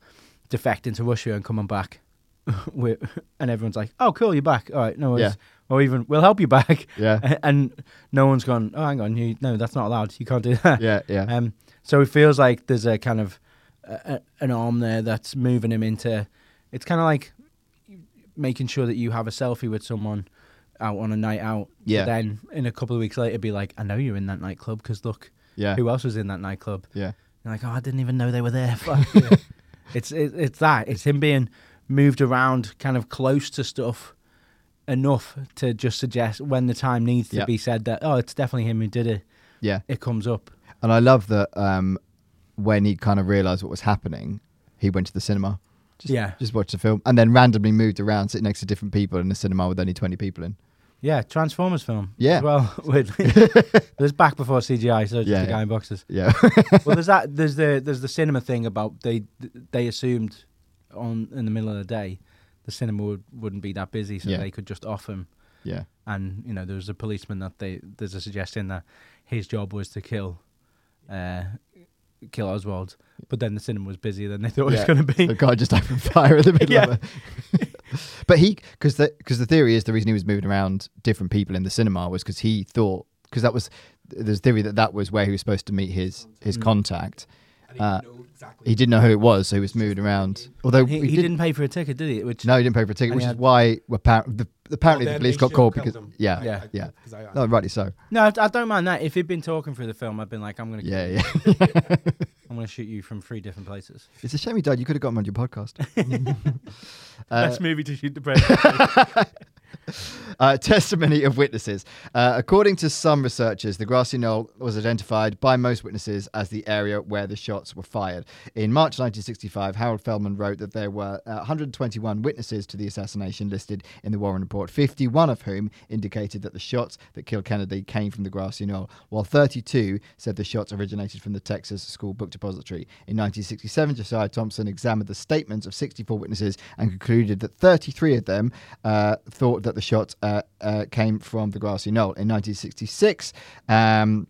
H: defecting to Russia and coming back, <laughs> with, and everyone's like, "Oh, cool, you're back. All right, no worries."
A: Yeah.
H: Or even we'll help you back.
A: <laughs>
H: <laughs>
A: Yeah.
H: And no one's gone. Oh, hang on, you no, that's not allowed. You can't do that.
A: Yeah, yeah.
H: Um, so it feels like there's a kind of a, a- an arm there that's moving him into. It's kind of like making sure that you have a selfie with someone out on a night out. but
A: Yeah.
H: then in a couple of weeks later, be like, I know you're in that nightclub because look,
A: Yeah.
H: who else was in that nightclub?
A: Yeah.
H: You're like, oh, I didn't even know they were
A: <laughs>
H: there. <laughs> Fuck. it's it, it's that. It's him being moved around, kind of close to stuff enough to just suggest when the time needs to
A: Yeah.
H: be said that oh, it's definitely him who did it.
A: Yeah.
H: It comes up.
A: And I love that um, when he kind of realised what was happening, he went to the cinema. Just,
H: Yeah.
A: Just watched the film and then randomly moved around, sitting next to different people in a cinema with only 20 people in.
H: Yeah, Transformers film.
A: Yeah.
H: As well, <laughs>
A: <laughs>
H: with- there's back before CGI, so just
A: Yeah,
H: the guy
A: yeah.
H: in boxes. <laughs>
A: Yeah. <laughs>
H: well, there's that. There's the there's the cinema thing about they they assumed on in the middle of the day the cinema would, wouldn't be that busy, so
A: Yeah.
H: they could just off him. <laughs>
A: yeah.
H: And you know, there was a policeman that they there's a suggestion that his job was to kill, uh, kill Oswald, but then the cinema was busier than they thought it was going to be.
A: The guy just opened fire in the middle
H: Yeah.
A: of it. <laughs> but he, because the, cause the theory is the reason he was moving around different people in the cinema was because he thought, because that was, there's theory that that was where he was supposed to meet his, his
H: Mm.
A: contact. Uh,
B: exactly. Oh,
A: he didn't know who it was, so he was moving around. Although
H: He,
A: we
H: he didn't pay for a ticket, did he? Which
A: No, he didn't pay for a ticket,
H: And
A: which
H: he
A: is
H: had-
A: why apparently the, apparently
B: Well,
A: the
B: then
A: police
B: they
A: got
B: should
A: caught
B: have
A: because
B: killed him.
A: yeah,
H: Yeah.
A: yeah,
H: I-
A: yeah.
B: 'cause I-
A: no, rightly so.
H: no, I, I don't mind that. If he'd been talking through the film, I'd been like, I'm gonna,
A: Yeah, yeah. <laughs>
H: I'm gonna shoot you from three different places.
A: it's a shame he died. You could have got him on your
H: <laughs>
A: podcast.
H: Best movie to shoot the president.
A: Uh, testimony of witnesses. Uh, according to some researchers, the grassy knoll was identified by most witnesses as the area where the shots were fired. In March 1965, Harold Feldman wrote that there were uh, 121 witnesses to the assassination listed in the Warren Report, 51 of whom indicated that the shots that killed Kennedy came from the grassy knoll, while 32 said the shots originated from the Texas School Book Depository. In 1967, Josiah Thompson examined the statements of 64 witnesses and concluded that 33 of them uh, thought that the shots uh, uh, came from the grassy knoll. In 1966, um,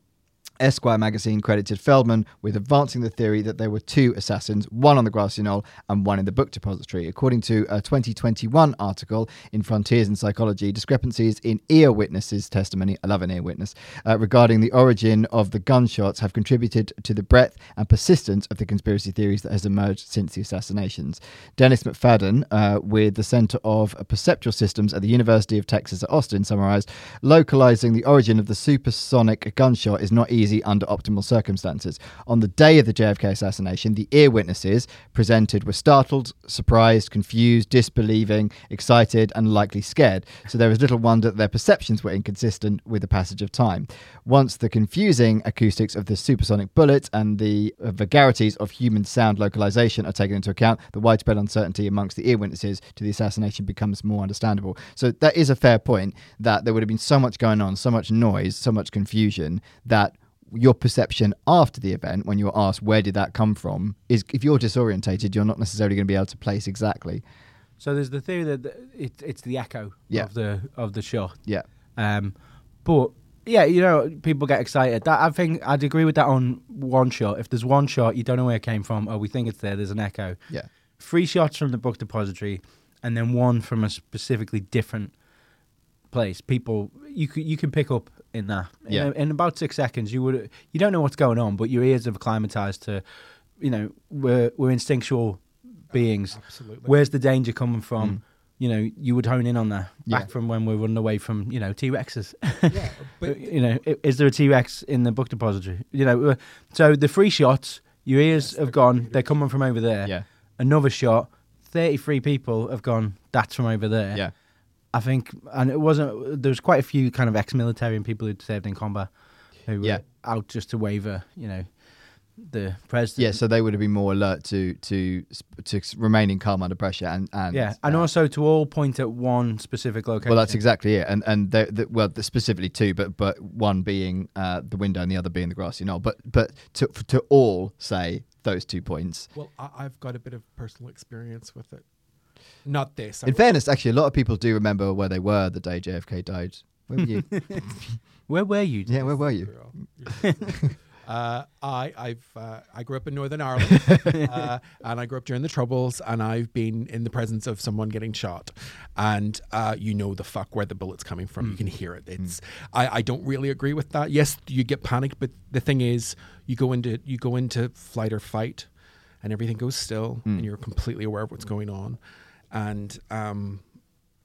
A: Esquire magazine credited Feldman with advancing the theory that there were two assassins, one on the grassy knoll and one in the book depository. According to a 2021 article in Frontiers in Psychology, discrepancies in ear witnesses' testimony, I love an ear witness, uh, regarding the origin of the gunshots have contributed to the breadth and persistence of the conspiracy theories that has emerged since the assassinations. Dennis McFadden, uh, with the Center of Perceptual Systems at the University of Texas at Austin, summarized localizing the origin of the supersonic gunshot is not easy under optimal circumstances. On the day of the JFK assassination, the ear witnesses presented were startled, surprised, confused, disbelieving, excited, and likely scared. So there was little wonder that their perceptions were inconsistent with the passage of time. Once the confusing acoustics of the supersonic bullet and the uh, vagaries of human sound localization are taken into account, the widespread uncertainty amongst the ear witnesses to the assassination becomes more understandable. So that is a fair point that there would have been so much going on, so much noise, so much confusion that your perception after the event when you're asked where did that come from is if you're disorientated you're not necessarily going to be able to place exactly
H: <laughs> So there's the theory that the- it, it's the echo
A: Yeah.
H: of the of the shot.
A: yeah
H: Um, but yeah, you know, people get excited. That I think I'd agree with that on one shot. If there's one shot, you don't know where it came from. Oh, we think it's there. There's an echo.
A: yeah
H: Three shots from the book depository, and then one from a specifically different place. People, you c- you can pick up in that. In
A: Yeah.
H: a- In, about six seconds, you would you don't know what's going on, but your ears have acclimatized to, you know, we're we're instinctual beings.
B: absolutely.
H: Where's the danger coming from? You know, you would hone in on that.
A: Mm. Yeah.
H: Back from when we're running away from you know T <laughs> Rexes.
B: Yeah, but
H: you know, i- is there a T Rex in the book depository? You know, uh, so the free shots, your ears have gone. They're coming from over there.
A: Yeah.
H: Another shot. Thirty-three people have gone. That's from over there.
A: yeah
H: I think, and it wasn't. There was quite a few kind of ex-military and people who'd served in combat who were
A: Yeah.
H: out just to waver. You know, the president.
A: yeah so they would have been more alert to to sp- to s- remaining calm under pressure and and uh,
H: Yeah, and also to all point at one specific location.
A: well that's exactly it and and they the, well the- specifically two but but one being uh, the window and the other being the grassy knoll but but to to all say those two points
B: well, I, I've got a bit of personal experience with it. Not this. I
A: In fairness, actually, a lot of people do remember where they were the day JFK died. Where were you?
H: Where were you?
A: yeah, where were you?
B: girl. <laughs> Uh, I I've uh, I grew up in Northern Ireland, uh, and I grew up during the Troubles, and I've been in the presence of someone getting shot, and uh, you know the fuck where the bullet's coming from. You can hear it. It's I, I don't really agree with that. Yes, you get panicked, but the thing is, you go into you go into flight or fight, and everything goes still, and you're completely aware of what's going on, and um,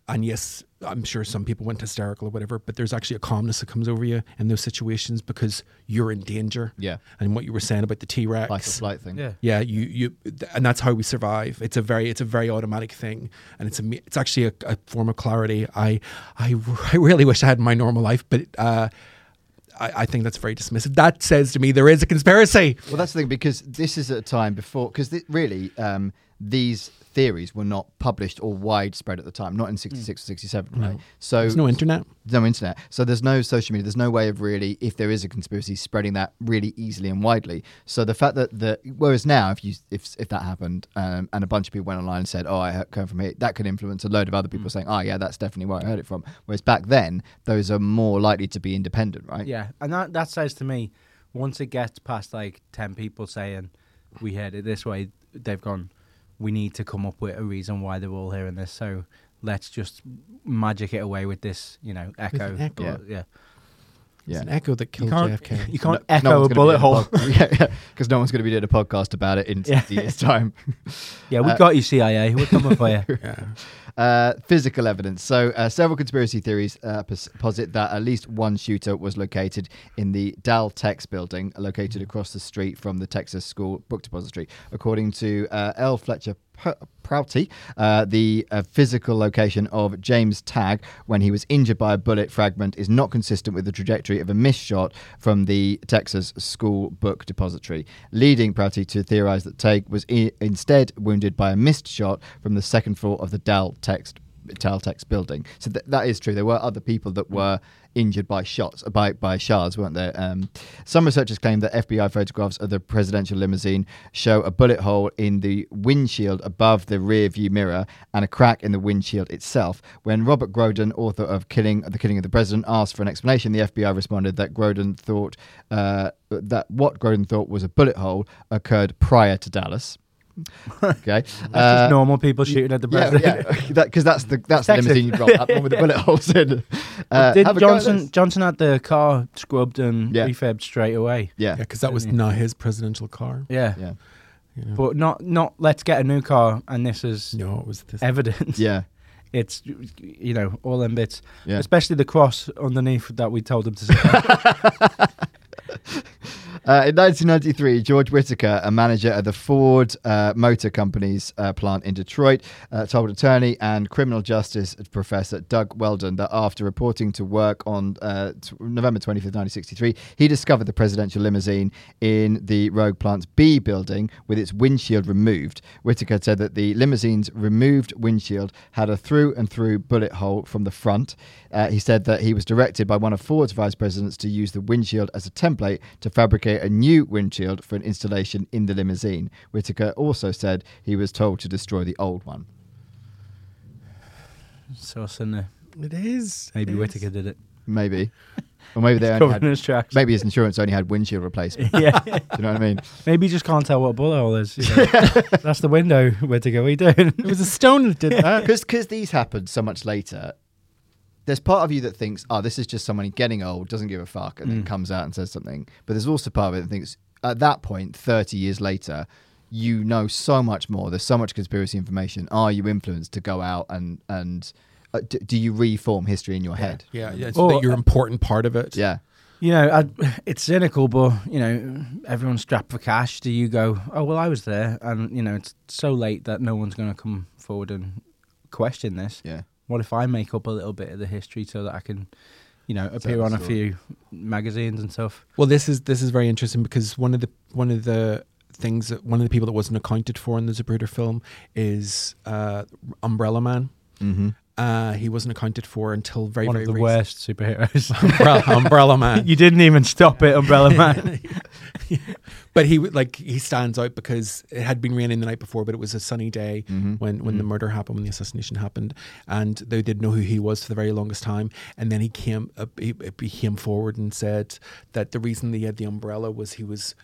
B: and yes, I'm sure some people went hysterical or whatever, but there's actually a calmness that comes over you in those situations because you're in danger.
A: Yeah.
B: And what you were saying about the T
A: Fight or
B: Rex.
A: flight thing.
H: Yeah.
B: Yeah, you you, th- and that's how we survive. It's a very it's a very automatic thing, and it's a me- it's actually a, a form of clarity. I, I r- I really wish I had in my normal life, but uh, I I think that's very dismissive. That says to me there is a conspiracy.
A: Well, that's the thing because this is at a time before because really um, these theories were not published or widespread at the time, not in '66 or '67, right? So
B: There's no internet.
A: no internet. So there's no social media. There's no way of really, if there is a conspiracy, spreading that really easily and widely. So the fact that the whereas now, if you if if that happened um, and a bunch of people went online and said, "Oh, I heard- came from here," that could influence a load of other
H: Mm.
A: people saying, "Oh, yeah, that's definitely where I heard it from." Whereas back then, those are more likely to be independent, right?
H: Yeah, and that that says to me, once it gets past like ten people saying we heard it this way, they've gone. We need to come up with a reason why they're all hearing this. So let's just magic it away with this, you know, echo.
B: echo.
H: bullet, yeah.
B: It's an
A: yeah.
B: echo that killed JFK.
H: <laughs> You can't
A: No
H: echo
A: one's
H: a
A: gonna be
H: bullet
A: doing
H: hole.
A: pod- <laughs> yeah, yeah, because no one's going to be doing a podcast about it in
H: <laughs> Yeah.
A: 60 years' time.
H: yeah, we
A: Uh,
H: got you, CIA. We're coming for you.
A: Uh, physical evidence. So, uh, several conspiracy theories uh, pos- posit that at least one shooter was located in the Dal Tex building, located across the street from the Texas School Book Depository. According to uh, L. Fletcher P- Prouty, uh, the uh, physical location of James Tagg when he was injured by a bullet fragment is not consistent with the trajectory of a missed shot from the Texas School Book Depository, leading Prouty to theorize that Tagg was I- instead wounded by a missed shot from the second floor of the Dal Text. Taltex building. So th- that is true. There were other people that were injured by shots, by, by shards, weren't there? Um, some researchers claim that FBI photographs of the presidential limousine show a bullet hole in the windshield above the rear view mirror and a crack in the windshield itself. When Robert Groden, author of Killing The Killing of the President, asked for an explanation, the FBI responded that Groden thought uh, that what Groden thought was a bullet hole occurred prior to Dallas. Okay. <laughs> Uh,
H: Just normal people shooting at the
A: yeah, Uh,
H: president.
A: yeah, <laughs> because that's the that's the
H: Texas.
A: limousine you drive, that one with the bullet holes
H: <laughs>
A: in. Uh,
H: Did
A: have a go at
H: Johnson
A: this.
H: Johnson had the car scrubbed and
A: Yeah.
H: refurbed straight away?
A: Yeah,
B: Yeah, because that was not his presidential car.
H: Yeah.
A: yeah,
H: but not not let's get a new car and this is
B: No, it was this.
H: evidence.
A: yeah,
H: It's you know all them bits,
A: Yeah.
H: especially the cross underneath that we told them to. Say. "Oh,
A: Uh, in 1993, George Whitaker, a manager at the Ford uh, Motor Company's uh, plant in Detroit, uh, told attorney and criminal justice professor Doug Weldon that after reporting to work on uh, t- November 25th, 1963, he discovered the presidential limousine in the Rogue Plant's B building with its windshield removed. Whitaker said that the limousine's removed windshield had a through and through bullet hole from the front. Uh, he said that he was directed by one of Ford's vice presidents to use the windshield as a template to fabricate a new windshield for an installation in the limousine. Whitaker also said he was told to destroy the old one.
H: so it's in there.
B: It is.
H: Maybe
B: it is.
H: Whitaker did it.
A: Maybe. Or maybe they only
H: Covered
A: had,
H: in his tracks.
A: maybe his insurance only had windshield replacement. Do
H: <laughs> yeah,
A: you know what I mean?
H: maybe you just can't tell what a bullet hole is.
A: <laughs>
H: you know. That's the window Whitaker. What are you
B: It
H: doing?
B: was a stone that did
A: <laughs>
B: that.
A: because because these happened so much later. There's part of you that thinks, oh, this is just someone getting old, doesn't give a fuck, and
B: Mm.
A: then comes out and says something. But there's also part of it that thinks, at that point, 30 years later, you know so much more. There's so much conspiracy information. Are you influenced to go out and and uh, d- do you reform history in your head?
B: Yeah, yeah. It's
H: Or-
B: that you're an important part of it.
A: Yeah,
H: <laughs> you know, I, it's cynical, but you know, everyone's strapped for cash. Do you go? Oh well, I was there, and you know, it's so late that no one's going to come forward and question this.
A: yeah.
H: What if I make up a little bit of the history so that I can, you know, appear on a few magazines and stuff?
B: Well, this is this is very interesting because one of the one of the things that one of the people that wasn't accounted for in the Zapruder film is uh, Umbrella Man.
A: Mm-hmm.
B: Uh, he wasn't accounted for until very,
H: One
B: very
H: of the
B: recent-
A: <laughs>
H: worst
A: Oh,
H: superheroes.
B: Umbrella, Umbrella Man.
H: <laughs> you didn't even stop it, Umbrella Man.
B: <laughs> but he would- like he stands out because it had been raining the night before, but it was a sunny day
A: Mm-hmm.
B: when when the murder happened, when the assassination happened, and they didn't know who he was for the very longest time. And then he came up, he, uh, he came forward and said that the reason he had the umbrella was he was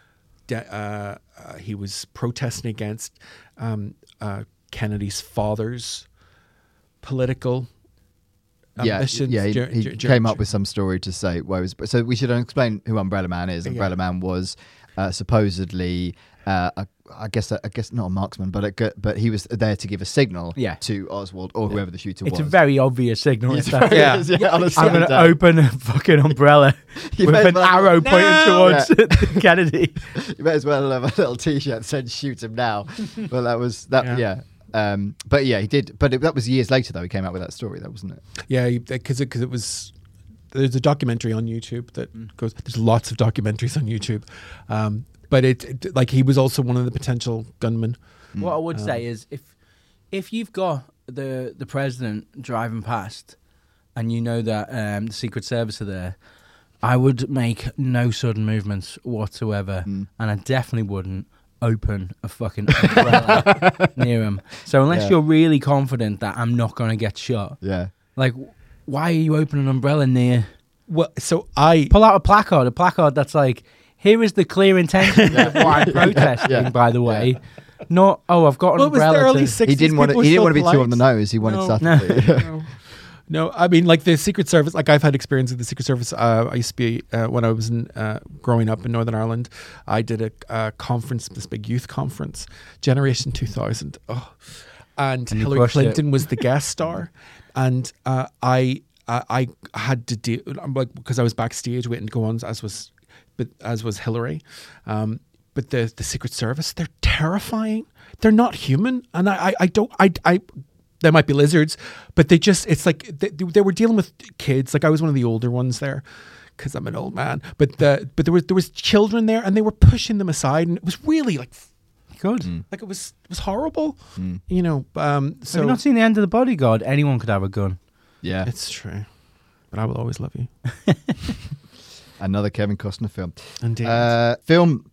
B: de- uh, uh, he was protesting against um, uh, Kennedy's father's political.
H: Um,
A: yeah,
B: ambitions
A: yeah. He,
B: dur-
A: he
B: dur- dur-
A: came up
B: dur-
A: with some story to say where was. So we should explain who Umbrella Man is. Umbrella Man was uh, supposedly. Uh, a, I guess I guess not a marksman, but a, gu- but he was there to give a signal
H: Yeah.
A: to Oswald or whoever the shooter
H: It's
A: was.
H: a very obvious signal.
A: It's
H: It's that-
A: very- Yeah. yeah, on a
H: I'm
A: Saturday.
H: going to open a fucking umbrella
A: <laughs> You
H: with
A: may
H: an
A: as well-
H: arrow pointing
A: No!
H: towards <laughs> Kennedy.
A: you may as well have a little T-shirt that said "Shoot him
H: <laughs>
A: now." but that was that. Yeah.
B: Yeah.
A: Um, but yeah, he did. But it, that was years later, though. He came out with that story, though, wasn't it?
B: Yeah, because because it, was there's a documentary on YouTube that goes. There's lots of documentaries on YouTube, um, but it, it- like he was also one of the potential gunmen.
H: What I
A: Mm, um,
H: would say is if if you've got the the president driving past and you know that um, the Secret Service are there, I would make no sudden movements whatsoever,
A: Mm.
H: and I definitely wouldn't open a fucking
A: <laughs>
H: umbrella near him. So unless
A: Yeah.
H: you're really confident that I'm not going to get shot,
A: Yeah.
H: like why are you opening an umbrella near?
B: Well, so I
H: Pull out a placard, a placard that's like, here is the clear intention of why I'm
A: <laughs>
H: protesting.
A: Yeah.
H: By the way, not oh I've got an
B: what was the
H: umbrella.
B: early
H: to-
B: sixties?
A: He didn't want to. He didn't want to be too on the nose. He wanted
B: No.
H: <laughs>
A: subtlety. <laughs>
B: no. No, I mean like the Secret Service. Like I've had experience with the Secret Service. Uh, I used to be uh, when I was in, uh, growing up in Northern Ireland. I did a, uh conference, this big youth conference, Generation Two Thousand. Oh, and,
H: you
B: Hillary
H: crushed it.
B: Clinton was the guest star, and uh, I I I had to deal I'm like because I was backstage waiting to go on as was, but as was Hillary, um, but the the Secret Service they're terrifying. They're not human, and I I, I don't I I. They might be lizards, but they just, it's like they, they were dealing with kids. Like I was one of the older ones there because I'm an old man, but the, but there was, there was children there and they were pushing them aside and it was really like,
H: Good.
B: like it was, it was horrible, you know? Um, so
H: Have you not seen the end of the bodyguard? Anyone could have a gun.
A: yeah.
B: it's true, but I will always love you.
A: Another Kevin Costner film.
B: Indeed.
A: Uh, film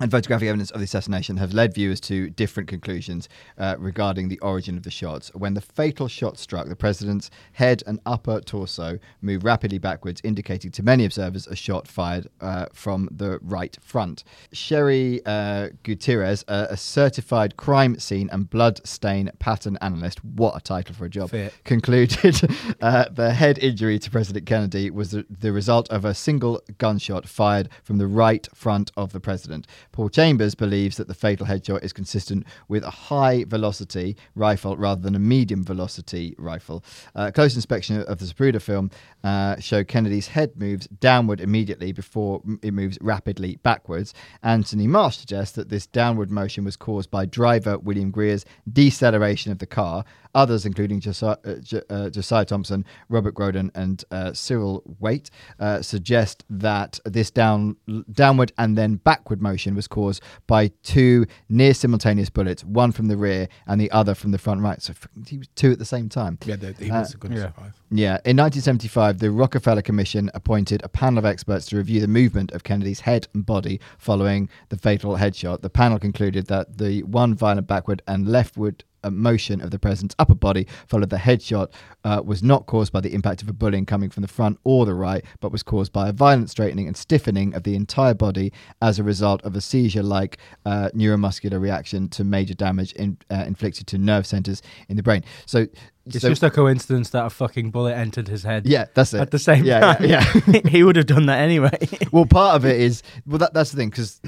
A: and photographic evidence of the assassination have led viewers to different conclusions uh, regarding the origin of the shots. When the fatal shot struck, the president's head and upper torso moved rapidly backwards, indicating to many observers a shot fired uh, from the right front. Sherry uh, Gutierrez, a, a certified crime scene and blood stain pattern analyst, what a title for a job,
H: Fit.
A: concluded <laughs> uh, the head injury to President Kennedy was the, the result of a single gunshot fired from the right front of the president. Paul Chambers believes that the fatal headshot is consistent with a high velocity rifle rather than a medium velocity rifle. Uh, close inspection of the Zapruder film uh, showed Kennedy's head moves downward immediately before m- it moves rapidly backwards. Anthony Marsh suggests that this downward motion was caused by driver William Greer's deceleration of the car. Others, including Josiah, uh, J- uh, Josiah Thompson, Robert Groden, and uh, Cyril Waite, uh, suggest that this down downward and then backward motion was caused by two near simultaneous bullets, one from the rear and the other from the front right. So f- he was two at the same time.
B: yeah, the,
A: uh,
B: he was going to survive.
A: Yeah, in 1975, the Rockefeller Commission appointed a panel of experts to review the movement of Kennedy's head and body following the fatal headshot. The panel concluded that the one violent backward and leftward uh, motion of the president's upper body followed the headshot uh, was not caused by the impact of a bullet coming from the front or the right, but was caused by a violent straightening and stiffening of the entire body as a result of a seizure-like uh, neuromuscular reaction to major damage in, uh, inflicted to nerve centers in the brain. So.
H: It's
A: so-
H: just a coincidence that a fucking bullet entered his head.
A: yeah, that's it.
H: At the same
A: yeah,
H: time.
A: Yeah. yeah.
H: <laughs> he would have done that <laughs> anyway.
A: well, part of it is well that that's the thing because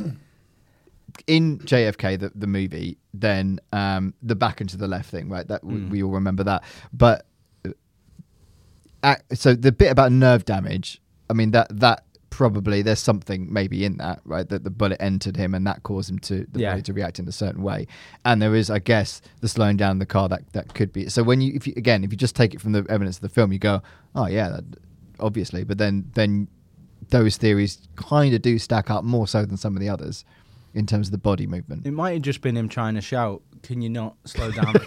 A: in JFK the the movie, then um, the back and to the left thing, right? That we,
H: Mm.
A: we all remember that, but uh, ac- so the bit about nerve damage i mean that that probably there's something maybe in that right that the bullet entered him and that caused him to the
H: Yeah.
A: body to react in a certain way and there is i guess the slowing down the car that that could be so when you if you again if you just take it from the evidence of the film you go oh yeah that, obviously but then then those theories kind of do stack up more so than some of the others in terms of the body movement <laughs>
H: it might have just been him trying to shout can you not slow down the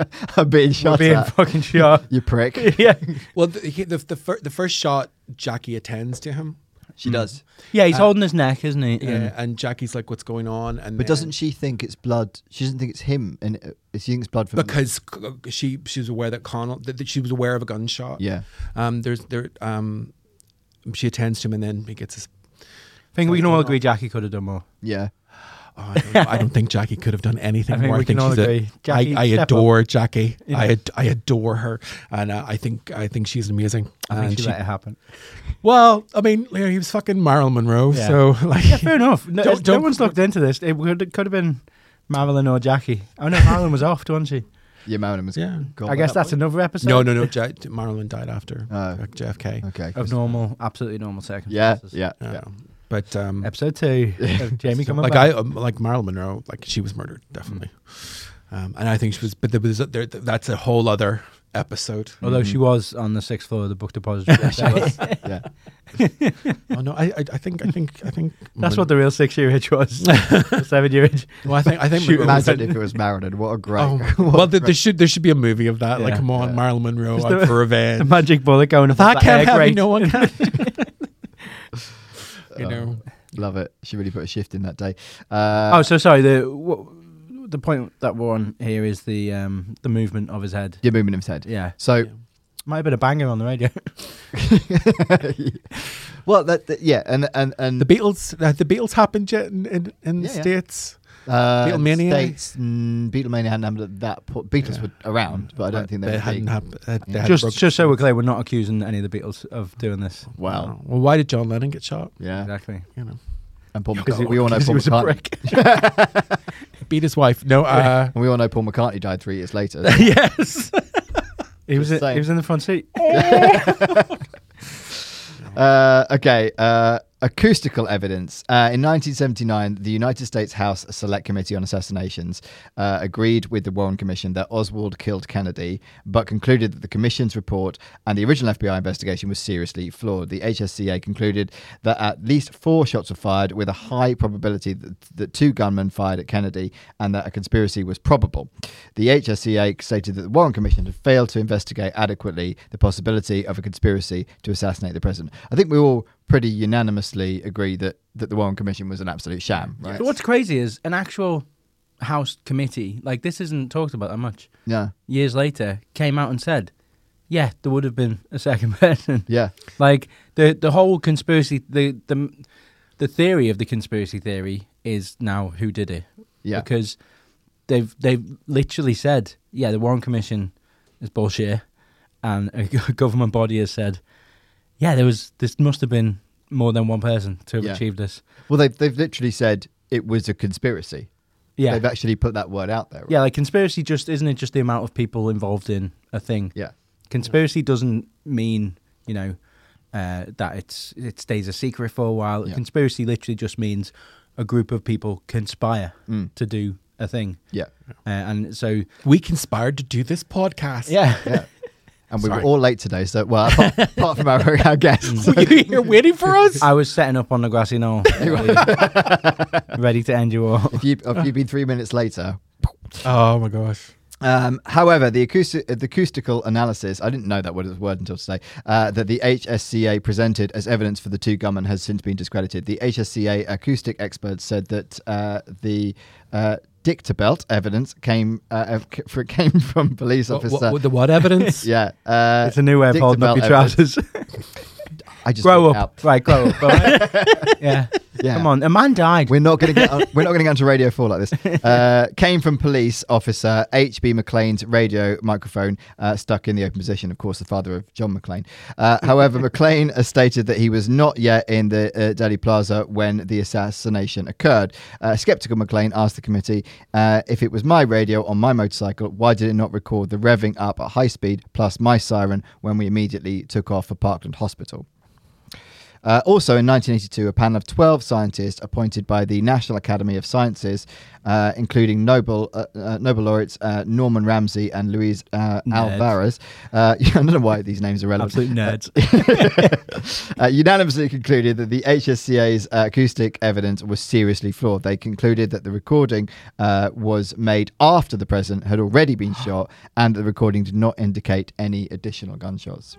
H: car?
A: I'm being shot
H: Being <laughs>
A: at. <laughs>
H: fucking sure.
A: you prick.
H: yeah.
B: Well, the, he- the, the, fir- the first shot, Jackie attends to him.
A: She does.
H: Yeah, he's holding his neck, isn't he?
B: Yeah.
H: And-
B: And Jackie's like, what's going on? And
A: But doesn't she think it's blood? She doesn't think it's him, and uh, she thinks it's blood from
B: because c- uh, she she was aware that Connell that, that she was aware of a gunshot.
A: Yeah.
B: Um. There's there. Um. She attends to him and then he gets his.
H: I think we can all agree Jackie could have done more.
A: Yeah.
B: Oh, I, don't know. I don't think Jackie could have done anything
H: <laughs> I think
B: more.
H: we
B: I think
H: can all
B: she's a-
H: agree. Jackie,
B: I, I
H: step up.
B: adore Jackie.
H: Yeah.
B: I ad- I adore her, and uh, I think I think she's amazing.
H: I
A: Uh,
B: and
H: think she, let it happen.
B: well, I mean, you know, he was fucking Marilyn Monroe,
H: Yeah.
B: so <laughs> like,
H: Yeah, fair enough. No,
B: Don't-
H: no
B: don't-
H: one's looked into this. It would, could have been Marilyn or Jackie. I know Marilyn was off, wasn't she?
A: Yeah, Marilyn was.
B: Yeah.
A: gone
H: I
A: by
H: guess
A: that
H: that's
A: point.
H: another episode.
B: no, no, no. Ja- Marilyn died after
A: Oh.
B: JFK.
A: Okay.
H: Of normal, absolutely normal
A: Yeah,
H: circumstances.
A: yeah,
B: Yeah.
A: yeah.
B: But um,
H: Episode two
B: <laughs>
H: of Jamie coming
B: like
H: back.
B: I um, like Marilyn Monroe, like she was murdered definitely, um, and I think she was. But there was there, that's a whole other episode.
H: Although she was on the sixth floor of the
B: <laughs>
H: book depository. <laughs>
A: yeah.
B: oh no, I, I I think I think I think
H: That's what the real six year
B: <laughs>
H: itch was. Or seven year itch.
B: well I think I think
H: Shoot,
B: Monroe was
A: Imagine
B: in-
A: if it was Marilyn. What a great.
B: Oh, my-
A: <laughs> what
B: well,
A: a
B: there,
A: great-
B: there should there should be a movie of that. Like,
H: Yeah.
B: come on,
A: Yeah.
B: Marilyn Monroe
H: the-
B: out for
H: The <laughs>
B: revenge.
H: magic bullet going up.
B: That
H: the
B: can't
H: air
B: happen.
H: grate.
B: No <laughs> one can. you know,
A: Um, love it. She really put a shift in that day. Uh,
H: Oh, so sorry. The what, the point that we're on here is the um, the movement of his head.
A: you're moving him head.
H: Yeah,
A: So,
H: might have been a banger on the radio.
A: <laughs> well, that, that- yeah, and and and
B: the Beatles. Have the Beatles happened yet in in, in
A: Yeah,
B: the
A: yeah.
B: states?
A: uh,
B: Beatlemania?
A: States, mm, Beatlemania hadn't happened at that point. Beatles
B: Yeah.
A: were around, Um, but I don't think they, were
B: hadn't
A: big.
B: happened. They
A: Yeah.
B: <laughs> had
H: just
B: broke-
H: just so we're clear, we're not accusing any of the Beatles of doing this.
A: Wow.
B: Oh, Well, why did John Lennon get shot?
A: Yeah,
B: <laughs>
H: Exactly.
B: You know,
A: and Paul
H: Because
A: McCartney. We all know Paul
H: he was a
A: McCartney.
H: prick.
B: beat his wife. <laughs> No. Uh,
A: And we all know Paul McCartney died three years later.
B: yes.
H: <laughs> He was,
A: Just
H: in, he
A: saying.
H: was in the front seat.
A: Uh, okay. Uh, acoustical evidence. Uh, in 1979, the United States House Select Committee on Assassinations uh, agreed with the Warren Commission that Oswald killed Kennedy, but concluded that the commission's report and the original FBI investigation was seriously flawed. The HSCA concluded that at least four shots were fired with a high probability that, that two gunmen fired at Kennedy and that a conspiracy was probable. The HSCA stated that the Warren Commission had failed to investigate adequately the possibility of a conspiracy to assassinate the president. I think we all pretty unanimously agree that, that the Warren Commission was an absolute sham, right?
H: But what's crazy is an actual House committee, like this isn't talked about that much,
A: Yeah.
H: years later, came out and said, yeah, there would have been a second <laughs> person.
A: Yeah.
H: Like the the whole conspiracy, the the the theory of the conspiracy theory is now who did it?
A: Yeah.
H: because they've they've literally said, yeah, the Warren Commission is bullshit, and a go- <laughs> government body has said, yeah, there was this must have been more than one person to have
A: Yeah.
H: achieved this.
A: Well, they've, they've literally said it was a conspiracy.
H: Yeah,
A: They've actually put that word out there. right?
H: yeah, like conspiracy just isn't it just the amount of people involved in a thing?
A: Yeah.
H: conspiracy doesn't mean you know uh, that it's it stays a secret for a while.
A: Yeah.
H: Conspiracy literally just means a group of people conspire
A: Mm.
H: to do a thing.
A: Yeah.
H: Uh, and so,
B: We conspired to do this podcast.
H: yeah,
A: Yeah. And we
B: Sorry.
A: were all late today, so well, apart, apart from our, our
H: <laughs>
A: guests.
B: <laughs> Were you here waiting for <laughs> us?
H: I was setting up on the grassy
A: <laughs>
H: knoll, ready to end you all.
A: if, you, if you've been three minutes later,
B: oh my gosh.
A: Um, however, the, acoustic, the acoustical analysis, I didn't know that word, was word until today, uh, that the HSCA presented as evidence for the two gunmen has since been discredited. The HSCA acoustic experts said that uh, the uh, dictabelt evidence came uh, ev- c- for, <laughs> came from police
B: What,
A: officer.
B: what, the what evidence?
A: yeah. Uh,
H: It's a new way of holding up
A: dictabelt
H: your
A: evidence.
H: trousers.
A: I just
H: grow
A: read
H: up,
A: it out.
H: right? Grow up. all
A: <laughs>
H: right? yeah.
A: Yeah.
H: come on. A man died.
A: We're not going to get on, we're not going to get onto Radio Four like this. Uh, came from police officer H.B. McLean's radio microphone uh, stuck in the open position. Of course, the father of John McLean. Uh, however, McLean has stated that he was not yet in the uh, Delhi Plaza when the assassination occurred. Uh, Skeptical McLean asked the committee uh, if it was my radio on my motorcycle. Why did it not record the revving up at high speed plus my siren when we immediately took off for Parkland Hospital? Uh, also in 1982, a panel of 12 scientists appointed by the National Academy of Sciences, uh, including Nobel uh, uh, Nobel laureates uh, Norman Ramsey and Luis uh, Alvarez. Uh, <laughs> I don't know why these names are relevant.
H: Absolute nerds.
A: <laughs> uh, unanimously concluded that the HSCA's uh, acoustic evidence was seriously flawed. They concluded that the recording uh, was made after the president had already been shot and that the recording did not indicate any additional gunshots.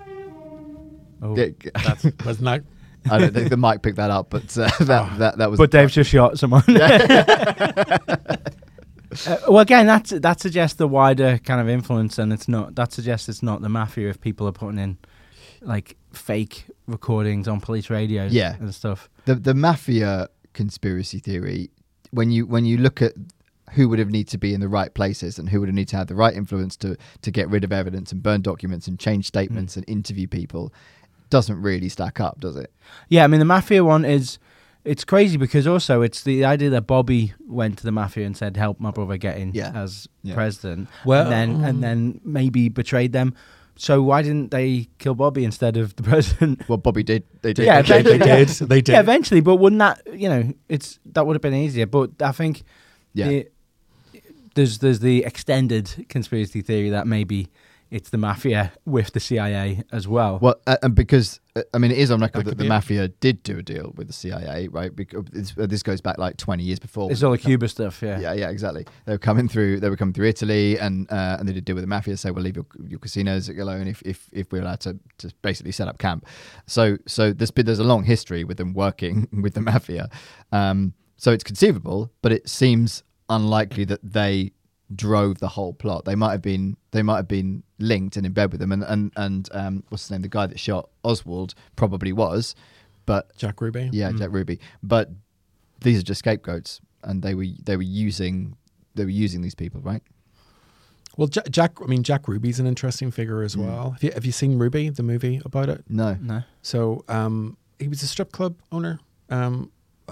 H: Oh.
A: Yeah,
B: That's
A: <laughs>
B: was not.
A: I don't think the mic picked that up, but
B: <laughs>
A: uh, that, that, that was.
H: But Dave's just shot someone. <laughs>
A: <laughs>
H: Uh, well, again, that's, that suggests the wider kind of influence, and it's not. That suggests it's not the mafia if people are putting in like fake recordings on police radios,
A: Yeah.
H: and stuff.
A: the the mafia conspiracy theory when you when you look at who would have need to be in the right places and who would have need to have the right influence to to get rid of evidence and burn documents and change
B: Mm.
A: statements and interview people doesn't really stack up does it
H: Yeah, I mean the mafia one is it's crazy because also it's the idea that Bobby went to the mafia and said, "Help my brother get in
A: Yeah.
H: as
A: Yeah.
H: president,"
B: Well-
H: and then and then maybe betrayed them. So why didn't they kill Bobby instead of the <laughs> president?
A: well bobby did they did
H: Yeah,
B: they,
H: eventually.
B: they did. They did.
H: Yeah, eventually, but wouldn't that you know it's that would have been easier? But I think
A: Yeah.
H: the- there's there's the extended conspiracy theory that maybe it's the mafia with the CIA as well.
A: well uh, and because uh, i mean it is on record that,
B: could
A: the
B: be it.
A: mafia did do a deal with the cia right because it's- uh, this goes back like 20 years before
H: it's all the Cuba stuff, yeah.
A: Yeah, yeah, exactly. They were coming through. They were coming through Italy, and uh, and they did deal with the mafia. Say, we'll leave your, your casinos alone if, if if we're allowed to, to basically set up camp. So so there's been there's a long history with them working <laughs> with the mafia. Um, so it's conceivable, but it seems unlikely that they drove the whole plot. They might have been they might have been linked and in bed with them. And and and um, what's his name? The guy that shot Oswald probably was, but
B: <laughs> Jack Ruby.
A: yeah,
H: Mm.
A: Jack Ruby. But these are just scapegoats, and they were they were using they were using these people, right?
B: Well, Ja- Jack. I mean, Jack Ruby's an interesting figure
A: Hmm.
B: as well. Have you, have you seen Ruby, the movie about it?
A: No,
H: No.
B: So um, he was a strip club owner, um,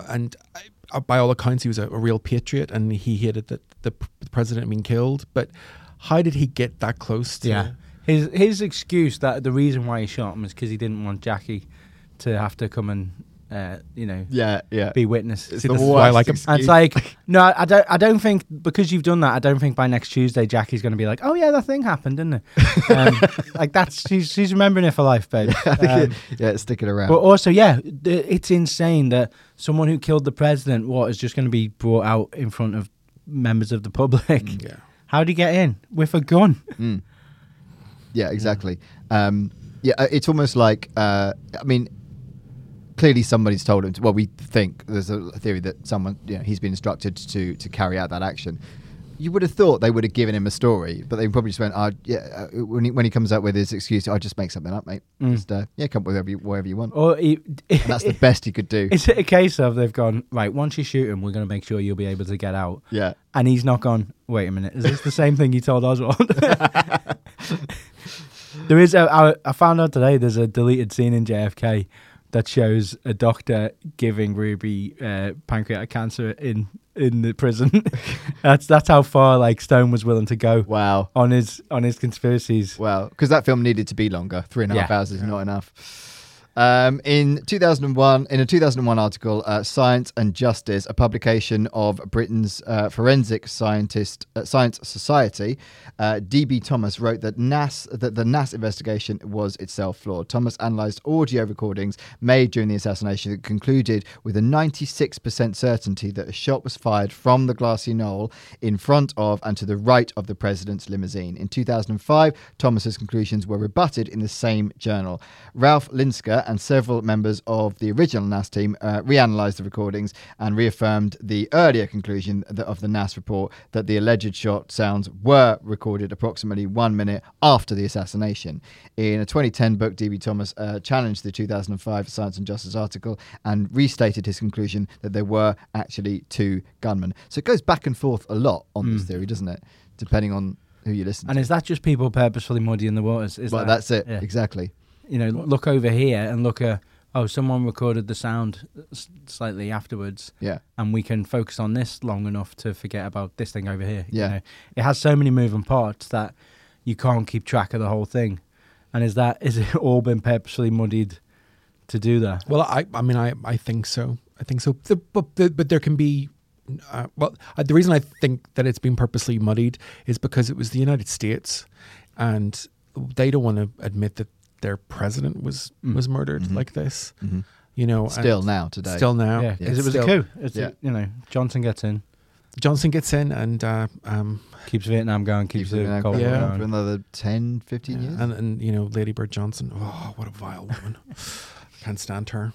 B: and I, uh, by all accounts, he was a, a real patriot, and he hated that the, p- the president had been killed. But how did he get that close? To,
H: Yeah. His his excuse that the reason why he shot him is because he didn't want Jackie to have to come and uh, you know
A: yeah, yeah. <laughs>
H: be witness.
A: It's
B: See,
A: the
B: this is why I
A: worst
B: like him.
A: excuse.
H: And it's like no, I- I don't. I don't think because you've done that. I don't think by next Tuesday Jackie's going to be like, oh yeah, that thing happened,
A: <laughs>
H: didn't it? Um, like that's she's she's remembering it for life, babe. Um,
A: yeah, it's sticking around.
H: but also, yeah, th- it's insane that someone who killed the president, what is just going to be brought out in front of members of the public?
A: Mm,
B: Yeah.
H: How do you get in with a gun?
A: yeah, exactly. Um, yeah, uh, it's almost like uh, I mean, clearly somebody's told him. To, well, we think there's a theory that someone, you know, he's been instructed to to carry out that action. You would have thought they would have given him a story, but they probably just went, "Ah, yeah." Uh, when he when he comes out with his excuse, "I just make something up, mate."
H: Mm.
A: Just uh, yeah, come up with whatever you, whatever you want.
H: Or he,
A: And
H: <laughs>
A: that's the best he could do.
H: Is it a case of they've gone right? Once you shoot him, we're going to make sure you'll be able to get out.
A: Yeah.
H: And he's not gone. Wait a minute. Is this the same thing you told Oswald? <laughs> there is. A, I, I found out today. There's a deleted scene in JFK that shows a doctor giving Ruby uh, pancreatic cancer in in the prison. <laughs> that's that's how far like Stone was willing to go
A: Wow.
H: on his on his conspiracies.
A: Wow. Because that film needed to be longer. Three and a half
H: Yeah.
A: hours is not enough. Um, in 2001, in a 2001 article, uh, Science and Justice, a publication of Britain's uh, forensic scientist uh, science society, uh, DB Thomas wrote that NAS that the NAS investigation was itself flawed. Thomas analysed audio recordings made during the assassination that concluded with a 96% certainty that a shot was fired from the glassy knoll in front of and to the right of the president's limousine. In 2005, Thomas's conclusions were rebutted in the same journal. Ralph Linsker and several members of the original NAS team uh, reanalyzed the recordings and reaffirmed the earlier conclusion th- of the NAS report that the alleged shot sounds were recorded approximately one minute after the assassination. In a 2010 book, D.B. Thomas uh, challenged the 2005 Science and Justice article and restated his conclusion that there were actually two gunmen. So it goes back and forth a lot on this theory, doesn't it? Depending on who you listen
H: Hmm. And
A: to.
H: is that just people purposefully muddying the waters? Is
A: But
H: that,
A: that's it,
H: Yeah.
A: exactly.
H: you know, look over here and look at, oh, someone recorded the sound s- slightly afterwards,
A: Yeah.
H: and we can focus on this long enough to forget about this thing over here.
A: Yeah.
H: You know, it has so many moving parts that <laughs> you can't keep track of the whole thing. And is that, is it all been purposely muddied to do that.
B: Well, I, I mean, I, I think so. I think so. The, but, the, but there can be. Uh, well, uh, the reason I think that it's been purposely muddied is because it was the United States, and they don't want to admit that their president was
H: Mm-hmm.
B: was murdered like this. You know, and
A: Still now today.
B: still now,
H: Yeah, because
B: it's
H: it was
B: still-
H: a coup. It's
A: Yeah.
H: a- you know, Johnson gets in,
B: Johnson gets in, and uh, um,
H: keeps Vietnam going, keeps,
A: Keeps
H: the
A: it going
H: Cold War
B: Yeah.
A: for
H: going.
A: another 10, 15 years.
B: and and you know, Lady Bird Johnson. Oh, what a vile woman! <laughs> Can't stand her.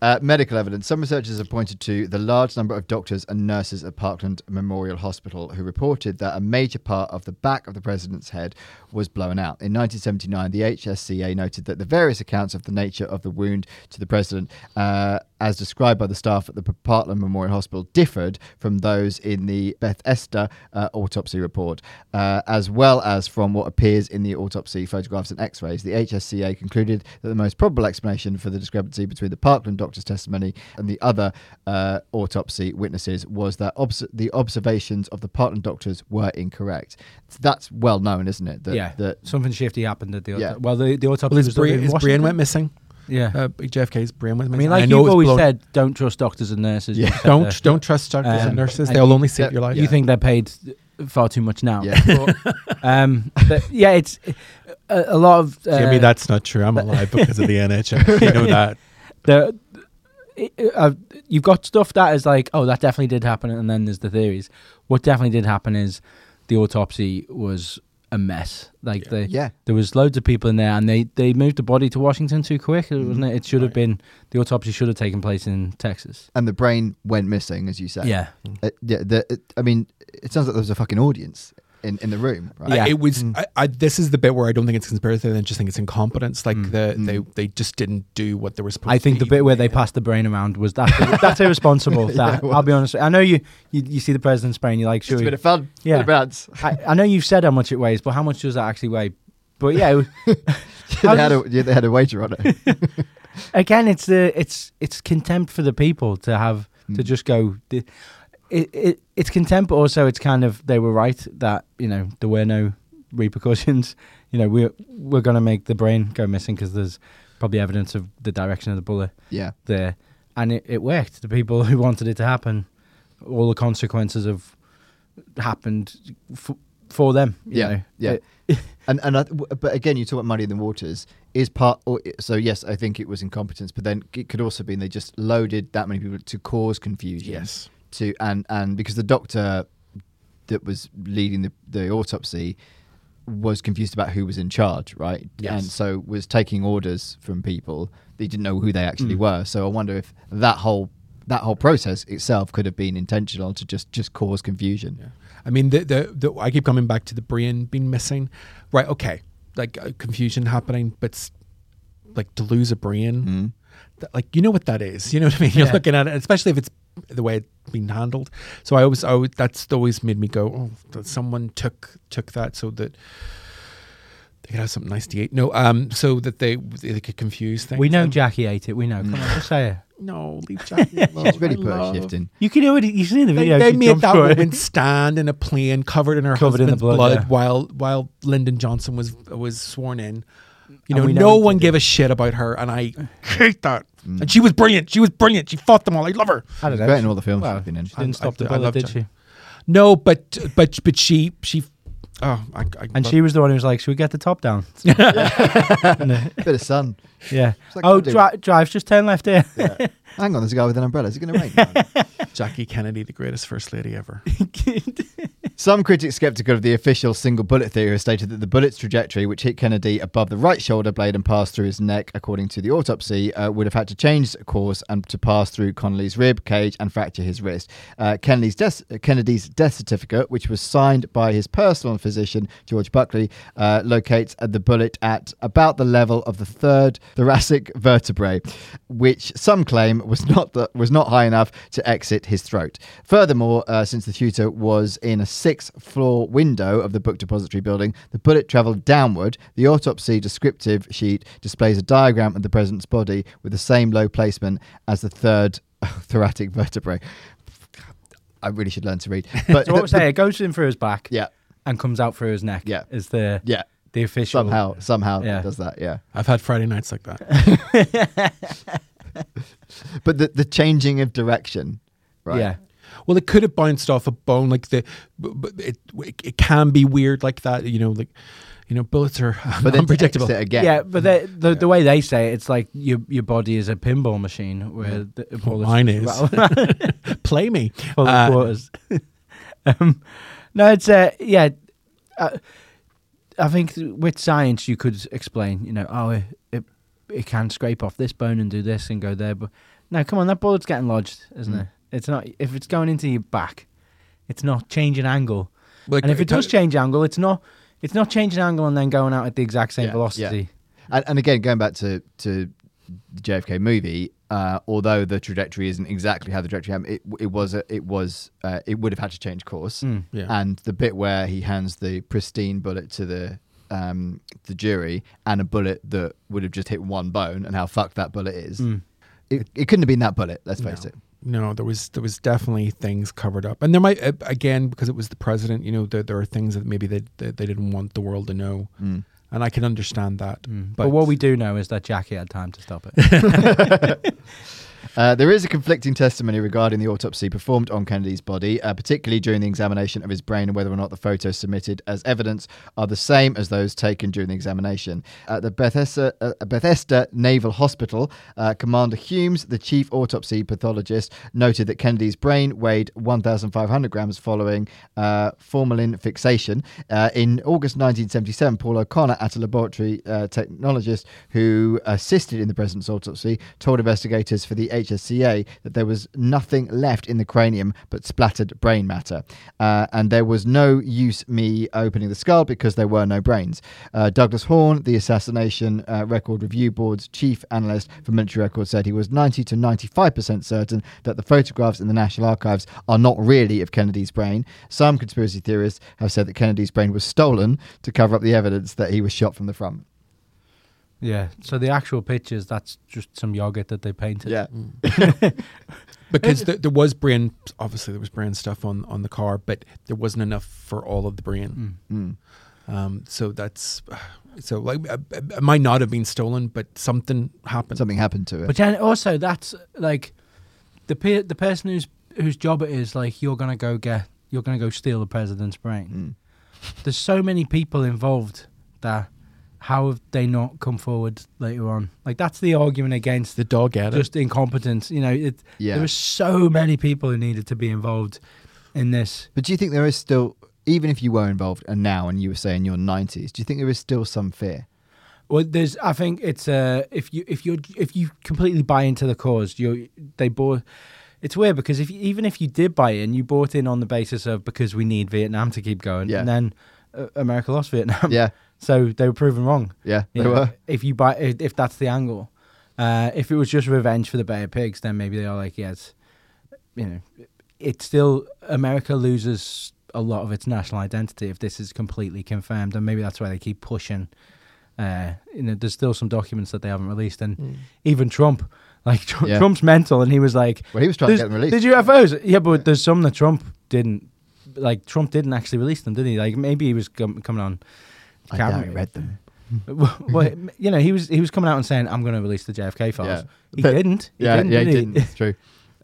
A: Uh, medical evidence. Some researchers have pointed to the large number of doctors and nurses at Parkland Memorial Hospital who reported that a major part of the back of the president's head was blown out. In 1979, the HSCA noted that the various accounts of the nature of the wound to the president, uh, as described by the staff at the Parkland Memorial Hospital, differed from those in the Beth Esther uh, autopsy report, uh, as well as from what appears in the autopsy photographs and x rays. The HSCA concluded that the most probable explanation for the discrepancy between the Parkland doctor's testimony and the other uh, autopsy witnesses was that obs- the observations of the Parkland doctors were incorrect. That's well known, isn't it? That,
H: yeah,
A: That,
H: something shifty happened at the auto-
A: Yeah.
H: well the the autopsy
B: Well, his
H: was done
B: brain,
H: in
B: his brain
H: Washington.
B: went missing.
H: Yeah,
B: Uh, JFK's brain went
H: I
B: missing.
H: mean, like
B: know
H: you've
B: it's
H: always
B: blown-
H: said, don't trust doctors and nurses. You've said
B: don't
H: that.
B: don't trust doctors
H: Um,
B: and nurses.
H: and
B: They'll
H: you-
B: only save
A: Yeah,
B: your life.
H: You think they're paid far too much now?
A: yeah.
H: Um, <laughs> but yeah, it's a, a lot of. Uh,
B: Jimmy, that's not true. I'm alive because of
H: <laughs>
B: the NHS. You know that.
H: the it- it- uh, you've got stuff that is like, oh, that definitely did happen, and then there's the theories. What definitely did happen is the autopsy was a mess. Like the
A: Yeah.
H: there was loads of people in there, and they they moved the body to Washington too quick, wasn't it? It should have been the autopsy should have taken place in Texas.
A: and the brain went missing, as you say.
H: Yeah,
A: Uh, yeah the, it- I mean, it sounds like there was a fucking audience in, in the room, right?
H: Yeah. Mm.
B: It was. I, I, this is the bit where I don't think it's conspiracy. I just think it's incompetence. Like the, they they just didn't do what they were supposed.
H: Mm. I think
B: to
H: the bit where they passed the brain around was that that's irresponsible.
A: <laughs>
H: That I'll be honest. with you. I know you, you you see the president's brain, you're like, sure,
A: It's a bit of fun.
H: Yeah.
A: Bit of rants.
H: I, I know you've said how much it weighs, but how much does that actually weigh? But yeah,
A: <laughs>
H: it was-
A: they,
H: How
A: had a,
H: does-
A: yeah, they had a wager on it. <laughs>
H: again, it's the it's it's contempt for the people to have
A: Mm.
H: to just go. the- It, it it's contempt, but also it's kind of they were right that you know there were no repercussions. You know we're we're gonna make the brain go missing because there's probably evidence of the direction of the bullet
A: yeah.
H: there, and it, it worked. The people <laughs> who wanted it to happen, all the consequences of happened f- for them. you
A: Yeah,
H: know.
A: yeah.
H: It-
A: <laughs> And and I, w- but again, you talk about muddy in the waters is part. Or, so yes, I think it was incompetence, but then it could also be they just loaded that many people to cause confusion.
B: Yes.
A: To and and because the doctor that was leading the, the autopsy was confused about who was in charge, right?
B: Yes.
A: And so was taking orders from people. They didn't know who they actually were. So I wonder if that whole that whole process itself could have been intentional to just just cause confusion.
B: I mean, the, the the I keep coming back to the brain being missing. Right. Okay. Like uh, confusion happening, but s- like to lose a brain. That, like you know what that is. You know what I mean. You're looking at it, especially if it's the way it's been handled. So I always, I always that's always made me go, oh, that someone took took that so that. They could have something nice to eat. No, um, so that they they could confuse things.
H: we know
B: And-
H: Jackie ate it. We know. Come on, just say it.
B: No, leave Jackie alone.
A: It's really
B: I
A: put a
B: love-
A: shift in.
H: <laughs> You can already you see the
B: They,
H: video.
B: they
H: she
B: made
H: jumped
B: that
H: for it.
B: woman stand in a plane covered in her
H: Covered in the
B: husband's blood,
H: blood, yeah.
B: while while Lyndon Johnson was was sworn in. You know,
H: we know
B: no
H: he
B: one
H: did
B: gave a shit about her, and I <laughs> hate that. And she was brilliant. She was brilliant. She fought them all. I love her.
H: I don't know.
A: Great in all the films
H: Well,
A: she's been in.
H: She didn't
B: I-
H: stop the
B: I
H: bullet,
B: love
H: did
B: Jackie.
H: she?
B: No, but but but she she. Oh, I, I
H: And
B: love-
H: she was the one who was like, "Should we get the top down?"
A: Bit of
H: <laughs>
A: sun.
H: yeah.
A: like,
H: oh,
A: I do.
H: dri- drive. Just turn left here. <laughs>
A: Hang on, there's a guy with an umbrella. Is it going to rain?
B: Jackie Kennedy, the greatest first lady ever.
A: Some critics skeptical of the official single bullet theory have stated that the bullet's trajectory, which hit Kennedy above the right shoulder blade and passed through his neck, according to the autopsy, uh, would have had to change course and to pass through Connolly's rib cage and fracture his wrist. Uh, Kennedy's, death, Kennedy's death certificate, which was signed by his personal physician, George Buckley, uh, locates uh, the bullet at about the level of the third thoracic vertebrae, which some claim was not the, was not high enough to exit his throat. Furthermore, uh, since the shooter was in a sixth-floor window of the book depository building, the bullet travelled downward. The autopsy descriptive sheet displays a diagram of the president's body with the same low placement as the third <laughs> thoracic vertebrae. I really <laughs>
H: <laughs>
A: should learn to read. But
H: so what was that? It goes in through his back.
A: Yeah.
H: And comes out through his neck.
A: Yeah.
H: Is the
A: Yeah.
H: The official.
A: Somehow, somehow
H: Yeah.
A: it does that. Yeah.
B: I've had Friday nights like
H: <laughs>
B: that.
A: But the, the changing of direction, right?
H: Yeah.
B: well, it could have bounced off a bone, like the, but but it it, it can be weird like that. You know, like you know, bullets are
A: But then
B: unpredictable.
A: unpredictable. It again.
H: Yeah, but they, the the way they say it, it's like your your body is a pinball machine where the, all the-
B: mine is.
H: <laughs>
B: Play me.
H: all the
B: <laughs> Uh,
H: quarters. <laughs> um, no, it's uh, yeah. Uh, I think th- with science you could explain, you know, oh, it, it it can scrape off this bone and do this and go there, but no, come on, that bullet's getting lodged, isn't
A: Mm.
H: it? It's not if it's going into your back, it's not changing angle,
B: Like,
H: and if it
B: uh,
H: does change angle, it's not it's not changing angle and then going out at the exact same
A: Yeah,
H: velocity.
A: And, and again, going back to to the JFK movie, uh, although the trajectory isn't exactly how the trajectory happened, it it was a, it was uh, it would have had to change course.
B: Mm,
H: Mm.
B: Yeah.
A: And the bit where he hands the pristine bullet to the um, the jury and a bullet that would have just hit one bone, and how fucked that bullet is. It, it couldn't have been that bullet. Let's face it.
B: Mm. no, there was there was definitely things covered up, and there might uh, again because it was the president. You know, there, there are things that maybe they, they they didn't want the world to know,
A: Mm.
B: and I can understand that.
H: Mm. But, what we do know is that Jackie had time to stop it.
A: Uh, there is a conflicting testimony regarding the autopsy performed on Kennedy's body, uh, particularly during the examination of his brain and whether or not the photos submitted as evidence are the same as those taken during the examination. At the Bethesda, uh, Bethesda Naval Hospital, uh, Commander Humes, the chief autopsy pathologist, noted that Kennedy's brain weighed 1,500 grams following uh, formalin fixation. Uh, in August 1977, Paul O'Connor, at a laboratory uh, technologist who assisted in the president's autopsy, told investigators for the HSCA that there was nothing left in the cranium but splattered brain matter. Uh, and there was no use me opening the skull because there were no brains. Uh, Douglas Horn, the Assassination uh, Record Review Board's chief analyst for military records, said he was 90 to 95% certain that the photographs in the National Archives are not really of Kennedy's brain. Some conspiracy theorists have said that Kennedy's brain was stolen to cover up the evidence that he was shot from the front.
H: Yeah. So the actual pictures, that's just some yogurt that they painted.
A: Yeah.
B: because there, there was brain obviously there was brain stuff on on the car but there wasn't enough for all of the
H: Mm.
B: brain
A: Hmm.
B: um so that's so like uh, uh, it might not have been stolen but something happened
A: Something happened to it.
H: But then also that's like the pe- the person whose whose job it is like you're gonna go get you're gonna go steal the president's
A: Hmm.
H: brain. There's so many people involved that how have they not come forward later on? Like that's the argument against
B: the dog at it
H: just incompetence. You know, it,
A: Yeah.
H: there were so many people who needed to be involved in this.
A: But do you think there is still, even if you were involved and now, and you were saying your 90s, do you think there is still some fear?
H: Well, there's. I think it's uh, if you if you if you completely buy into the cause, you they bought. It's weird because if you, even if you did buy in, you bought in on the basis of because we need Vietnam to keep going,
A: Yeah.
H: and then uh, America lost Vietnam.
A: Yeah.
H: <laughs> So they were proven wrong.
A: Yeah,
H: You
A: they
H: know,
A: were.
H: If you buy, if, if that's the angle, uh, if it was just revenge for the Bay of Pigs, then maybe they are like, yeah, it's, you know, it's still America loses a lot of its national identity if this is completely confirmed, and maybe that's why they keep pushing. Uh, you know, there's still some documents that they haven't released, and even Trump, <laughs> like Tr-
A: Hmm. Yeah.
H: Trump's mental, and he was like,
A: Well, he was trying to
H: "There's-
A: get them released."
H: There's UFOs, yeah, but there's some that Trump didn't, like Trump didn't actually release them, did he? Like maybe he was com- coming on.
A: doubt
H: camera-
A: he read them.
H: well, <laughs> well, you know, he was he was coming out and saying, "I'm going to release the JFK files." He
A: But-
H: didn't. He
A: yeah,
H: didn't,
A: yeah,
H: did
A: he didn't. It's true.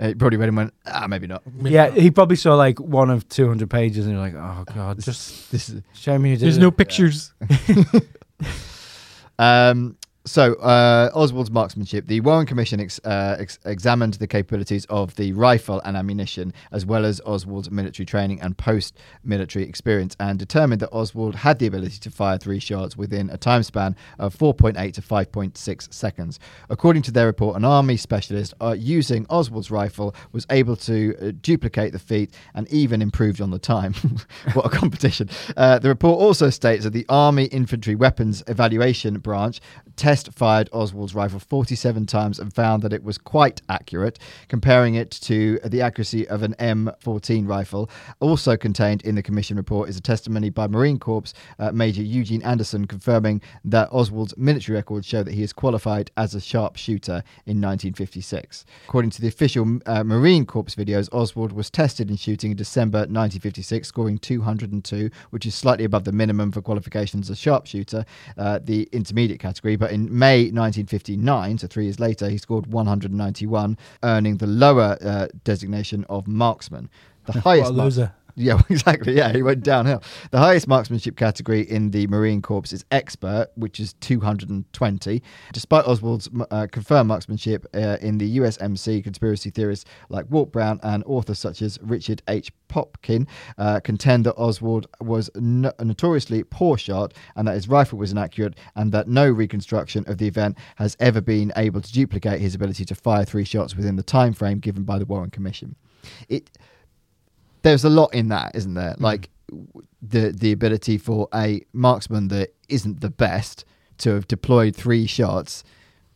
A: Uh, he probably read and went, ah, maybe not.
H: Yeah, he probably saw like one of 200 pages, and you're like, "Oh God, just
A: This is,
H: show me." Who did
B: there's
H: it."
B: no pictures
A: um, so, uh, Oswald's marksmanship. The Warren Commission ex- uh, ex- examined the capabilities of the rifle and ammunition, as well as Oswald's military training and post military experience, and determined that Oswald had the ability to fire three shots within a time span of 4.8 to 5.6 seconds. According to their report, an army specialist uh, using Oswald's rifle was able to uh, duplicate the feat and even improved on the time. <laughs> what a competition. Uh, the report also states that the Army Infantry Weapons Evaluation Branch tested Best fired Oswald's rifle 47 times and found that it was quite accurate, comparing it to the accuracy of an M14 rifle. Also contained in the commission report is a testimony by Marine Corps uh, Major Eugene Anderson confirming that Oswald's military records show that he is qualified as a sharpshooter in 1956. According to the official uh, Marine Corps videos, Oswald was tested in shooting in December 1956, scoring 202, which is slightly above the minimum for qualifications as a sharpshooter, uh, the intermediate category. But in May 1959, so three years later, he scored 191, earning the lower uh, designation of marksman. The highest mark-
H: loser.
A: yeah, <laughs> well, exactly. Yeah, he went downhill. The highest marksmanship category in the Marine Corps is expert, which is 220. Despite Oswald's uh, confirmed marksmanship uh, in the USMC, conspiracy theorists like Walt Brown and authors such as Richard H. Popkin uh, contend that Oswald was no- a notoriously poor shot and that his rifle was inaccurate and that no reconstruction of the event has ever been able to duplicate his ability to fire three shots within the time frame given by the Warren Commission. It there's a lot in that, isn't
B: Hmm.
A: there? Like w- the the ability for a marksman that isn't the best to have deployed three shots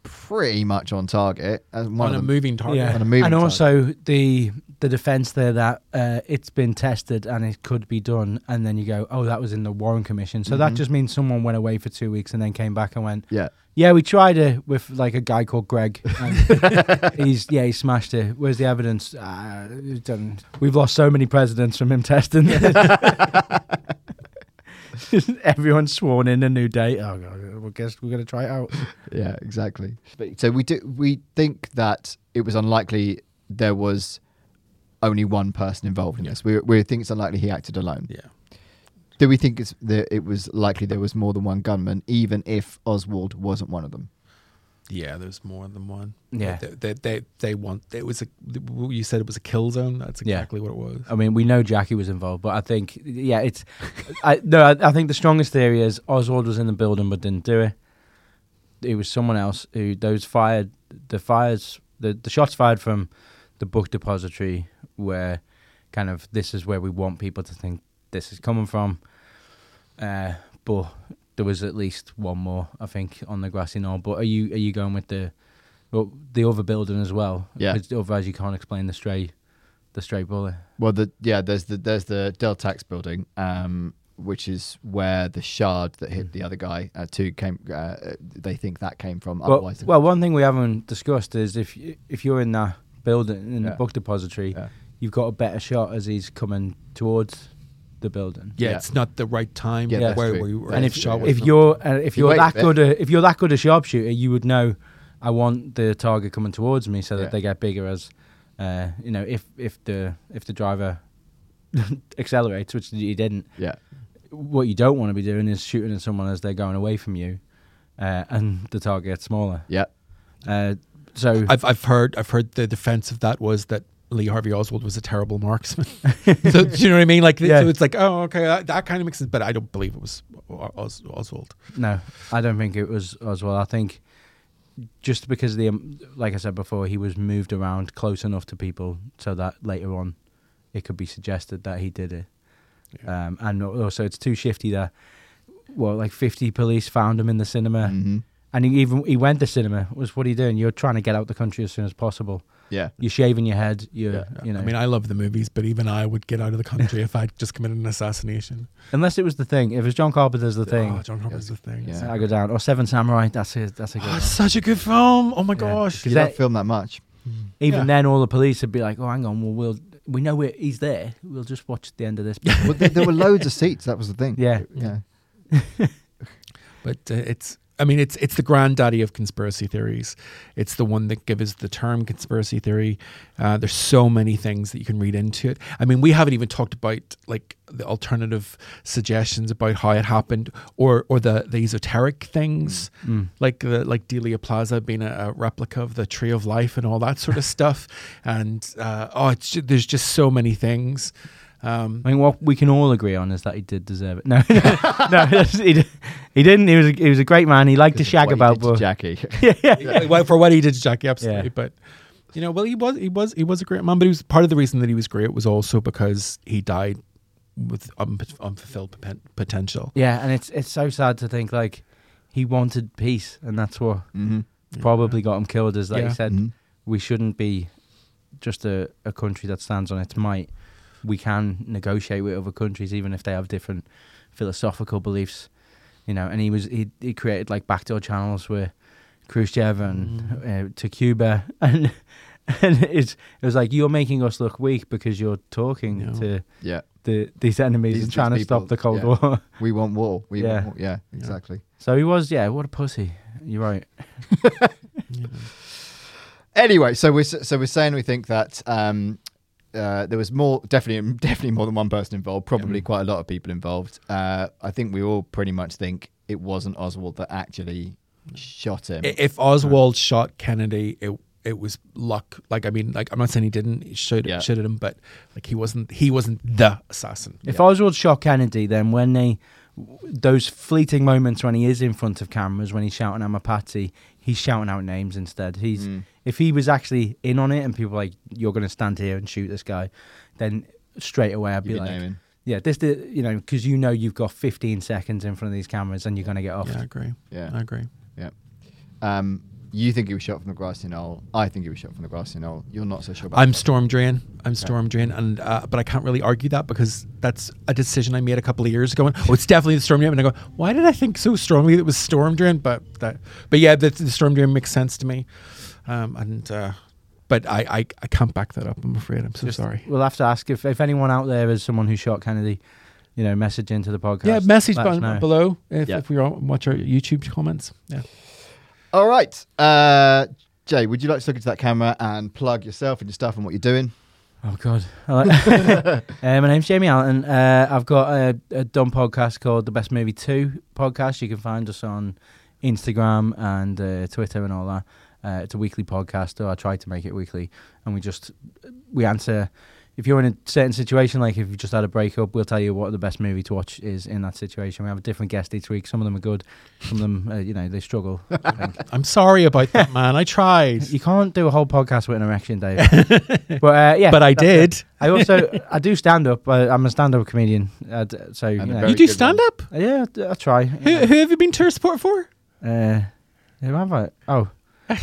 A: pretty much on target and one
B: on
A: of
B: a
A: them-
B: moving target.
A: on a moving
H: and
A: target.
H: also the the defense there that uh, it's been tested and it could be done and then you go oh that was in the warren commission so that just means someone went away for two weeks and then came back and went
A: yeah
H: yeah we tried it with like a guy called greg and he's yeah he smashed it where's the evidence uh, it doesn't- we've lost so many presidents from him testing <laughs> everyone's sworn in a new date oh god well, guess we're going to try it out
A: yeah exactly but, so we do we think that it was unlikely there was only one person involved in this we, we think it's unlikely he acted alone
B: Yeah.
A: do we think it's that it was likely there was more than one gunman even if oswald wasn't one of them
B: Yeah, there's more than one.
H: Yeah.
B: They, they, they, they want, it was a, you said it was a kill zone. That's
H: Yeah. Uh,
B: exactly what it was.
H: I mean, we know Jackie was involved, but I think, yeah, it's. I No, I, I think the strongest theory is Oswald was in the building but didn't do it. It was someone else who those fired the fires the, the shots fired from the book depository where kind of this is where we want people to think this is coming from. Uh, but there was at least one more, I think, on the grassy knoll. But are you are you going with the well, the other building as well?
A: Yeah.
H: 'Cause Otherwise, you can't explain the stray the stray bullet.
A: Well, the yeah, there's the there's the Del Tax building, um, which is where the shard that hit
H: Mm-hmm.
A: the other guy uh, two came. Uh, uh, they think that came from.
H: Well,
A: Otherwise,
H: well, one thing we haven't discussed is if y- if you're in that building in
A: Yeah.
H: the book depository,
A: Yeah.
H: you've got a better shot as he's coming towards the building.
B: Yeah,
A: Yeah.
B: it's not the right time
A: Yeah, that's
B: where,
A: true.
B: where you were
H: and if
B: shot was
H: if
B: not-
H: you're uh, if
A: You
H: you're
A: wait
H: that
A: a bit.
H: good a, if you're that good a sharpshooter, you would know I want the target coming towards me so that
A: Yeah.
H: they get bigger as uh, you know if if the if the driver <laughs> accelerates, which he didn't.
A: yeah,
H: What you don't want to be doing is shooting at someone as they're going away from you, uh, and the target gets smaller.
A: yeah,
H: Uh, so
B: I've I've heard I've heard the defense of that was that Lee Harvey Oswald was a terrible
H: <laughs>
B: marksman. so do you know what I mean? Like
H: Yeah.
B: so it's like oh okay that, that kind of makes sense, but I don't believe it was O- Os- Oswald.
H: No, I don't think it was Oswald. I think just because the um, like I said before, he was moved around close enough to people so that later on it could be suggested that he did it. Um, and also, it's too shifty that well, like fifty police found him in the cinema,
B: Mm.
A: mm-hmm.
H: and he even he went to cinema. Was what are you doing? You're trying to get out the country as soon as possible.
A: yeah.
H: You're shaving your head. You're you know.
B: I mean I love the movies, but even I would get out of the country if I just committed an assassination.
H: unless it was the thing. If it was John Carpenter's the thing,
B: Oh, John Carpenter's the thing.
A: Yeah.
H: I go down. Or Seven Samurai. That's a that's a good.
B: Oh,
H: one.
B: it's such a good film. Oh my
H: Yeah.
B: gosh.
A: You
H: that-
A: don't film that much.
H: Even
B: Yeah.
H: then, all the police would be like, "Oh, hang on, well, we'll we know we're, he's there. We'll just watch the end of this." <laughs>
A: Well, there, there were loads of seats. That was the thing.
H: Yeah.
A: yeah,
B: But uh, it's I mean it's it's the granddaddy of conspiracy theories. It's the one that gives us the term conspiracy theory. Uh, there's so many things that you can read into it. I mean we haven't even talked about like the alternative suggestions about how it happened or or the, the esoteric things
H: Mm.
B: like the like Delia Plaza being a, a replica of the Tree of Life and all that sort of stuff. And uh, oh, it's ju- there's just so many things. Um,
H: I mean, what we can all agree on is that he did deserve it. No, <laughs> no, no, he, di- he didn't. He was a, he was a great man. He liked to shag
A: What he
H: about,
A: did to
H: but
A: Jackie. <laughs>
B: Well, for what he did to Jackie, absolutely.
H: Yeah.
B: But you know, well, he was he was he was a great man, but he was part of the reason that he was great was also because he died with un- unfulfilled poten- potential.
H: yeah, and it's it's so sad to think like he wanted peace, and that's what
A: Mm-hmm.
H: probably got him killed. Is that
B: Yeah.
H: he said
A: Mhm.
H: we shouldn't be just a, a country that stands on its might. We can negotiate with other countries, even if they have different philosophical beliefs, you know. And he was he he created like backdoor channels with Khrushchev and
A: Mm.
H: uh, to Cuba, <laughs> and and it's, it was like you're making us look weak because you're talking
B: Yeah.
H: to
A: Yeah.
H: the these enemies
A: These-
H: and trying
A: these
H: to stop
A: people,
H: the Cold
A: yeah.
H: War. <laughs>
A: We want war. We
H: Yeah.
A: want war. Yeah, exactly.
H: So he was, yeah, what a pussy. You're right.
A: Anyway, so we're s- so we're saying we think that um, uh, there was more, definitely, <laughs> definitely more than one person involved. Probably quite a lot of people involved. Uh, I think we all pretty much think it wasn't Oswald that actually shot him.
B: I- If Oswald shot Kennedy, it it was luck. Like I mean, like I'm not saying he didn't he shoot
A: Yeah.
B: shoot at him, but like he wasn't he wasn't the assassin.
H: If Oswald shot Kennedy, then when they, those fleeting moments when he is in front of cameras, when he's shouting "I'm a patsy," he's shouting out names instead. He's
A: Mm.
H: if he was actually in on it and people were like you're going to stand here and shoot this guy, then straight away I'd
A: You'd
H: be
A: be
H: like,
A: naming.
H: yeah, this the you know because you know you've got 15 seconds in front of these cameras and you're going to get off.
B: Yeah, I agree.
A: Yeah.
B: I agree.
A: yeah. Um, you think he was shot from the grassy knoll. I think he was shot from the grassy knoll. You're not so sure about.
B: I'm Storm Drain. I'm Storm Drain, and uh, but I can't really argue that because that's a decision I made a couple of years ago. And, oh, it's definitely the Storm Drain. And I go, why did I think so strongly that it was Storm Drain? But that, but yeah, the, the Storm Drain makes sense to me. Um, and uh, but I, I I can't back that up. I'm afraid. I'm so sorry.
H: We'll have to ask if, if anyone out there is someone who shot Kennedy, you know, message into the podcast.
B: Yeah, message
H: let us
B: button
H: know.
B: below if,
A: Yeah.
B: if we all watch our YouTube comments. Yeah.
A: All right, uh, Jay, would you like to look into that camera and plug yourself and your stuff and what you're doing?
H: Oh God! I like- <laughs> uh, my name's Jamie Allen. Uh, I've got a, a dumb podcast called The Best Movie Two Podcast. You can find us on Instagram and uh, Twitter and all that. Uh, it's a weekly podcast, or I try to make it weekly, and we just we answer. If you're in a certain situation, like if you've just had a breakup, we'll tell you what the best movie to watch is in that situation. We have a different guest each week. Some of them are good, some of them, uh, you know,
B: <laughs>
H: they struggle. I think.
B: I'm sorry about
H: <laughs>
B: that, man. I tried,
H: You can't do a whole podcast with an erection, Dave. but uh,
B: <laughs>
H: yeah,
B: but I
H: that's it.
B: did.
A: <laughs>
H: I also I do stand up. I, I'm a stand up comedian. I d- so you
A: And a
H: know,
A: very
B: You do
A: good one.
B: stand up.
H: yeah, I d-
A: <laughs>
H: I try.
B: Who,
H: you
B: who have you been tour support for? <laughs>
H: know. uh, who have I? Oh,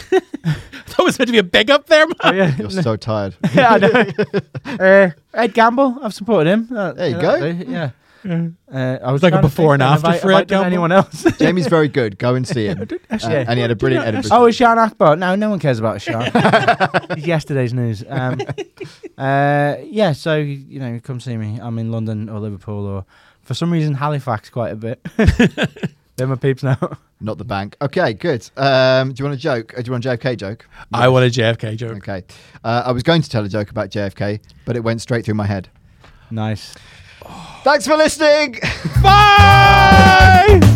B: That was meant to be a big up there, man.
H: oh yeah,
A: <laughs> You're so tired.
H: yeah, <laughs> I know. uh, Ed Gamble, I've supported him. Uh,
A: There you
H: uh,
A: go.
H: Yeah. Uh, I was
B: Like a
H: trying to
B: before and
H: think then, have
B: after
H: I-
B: for
H: have I
B: Ed
H: done
B: Gamble?
H: Anyone else?
A: Jamie's very good. Go and see him. Uh,
H: yeah.
A: and he had a brilliant Edinburgh.
H: Oh, it's Sean Akbar. No, no one cares
A: <laughs>
H: about Sean. He's yesterday's news. Um, uh, yeah, so you know, come see me. I'm in London or Liverpool or for some reason Halifax quite a bit. <laughs> They're my peeps now.
A: Not the bank. Okay, good. Um, do you want a joke? Uh, Do you want a JFK joke?
B: I want a JFK joke.
A: Okay. Uh, I was going to tell a joke about JFK, but it went straight through my head.
H: Nice.
A: <laughs> Thanks for listening.
B: Bye.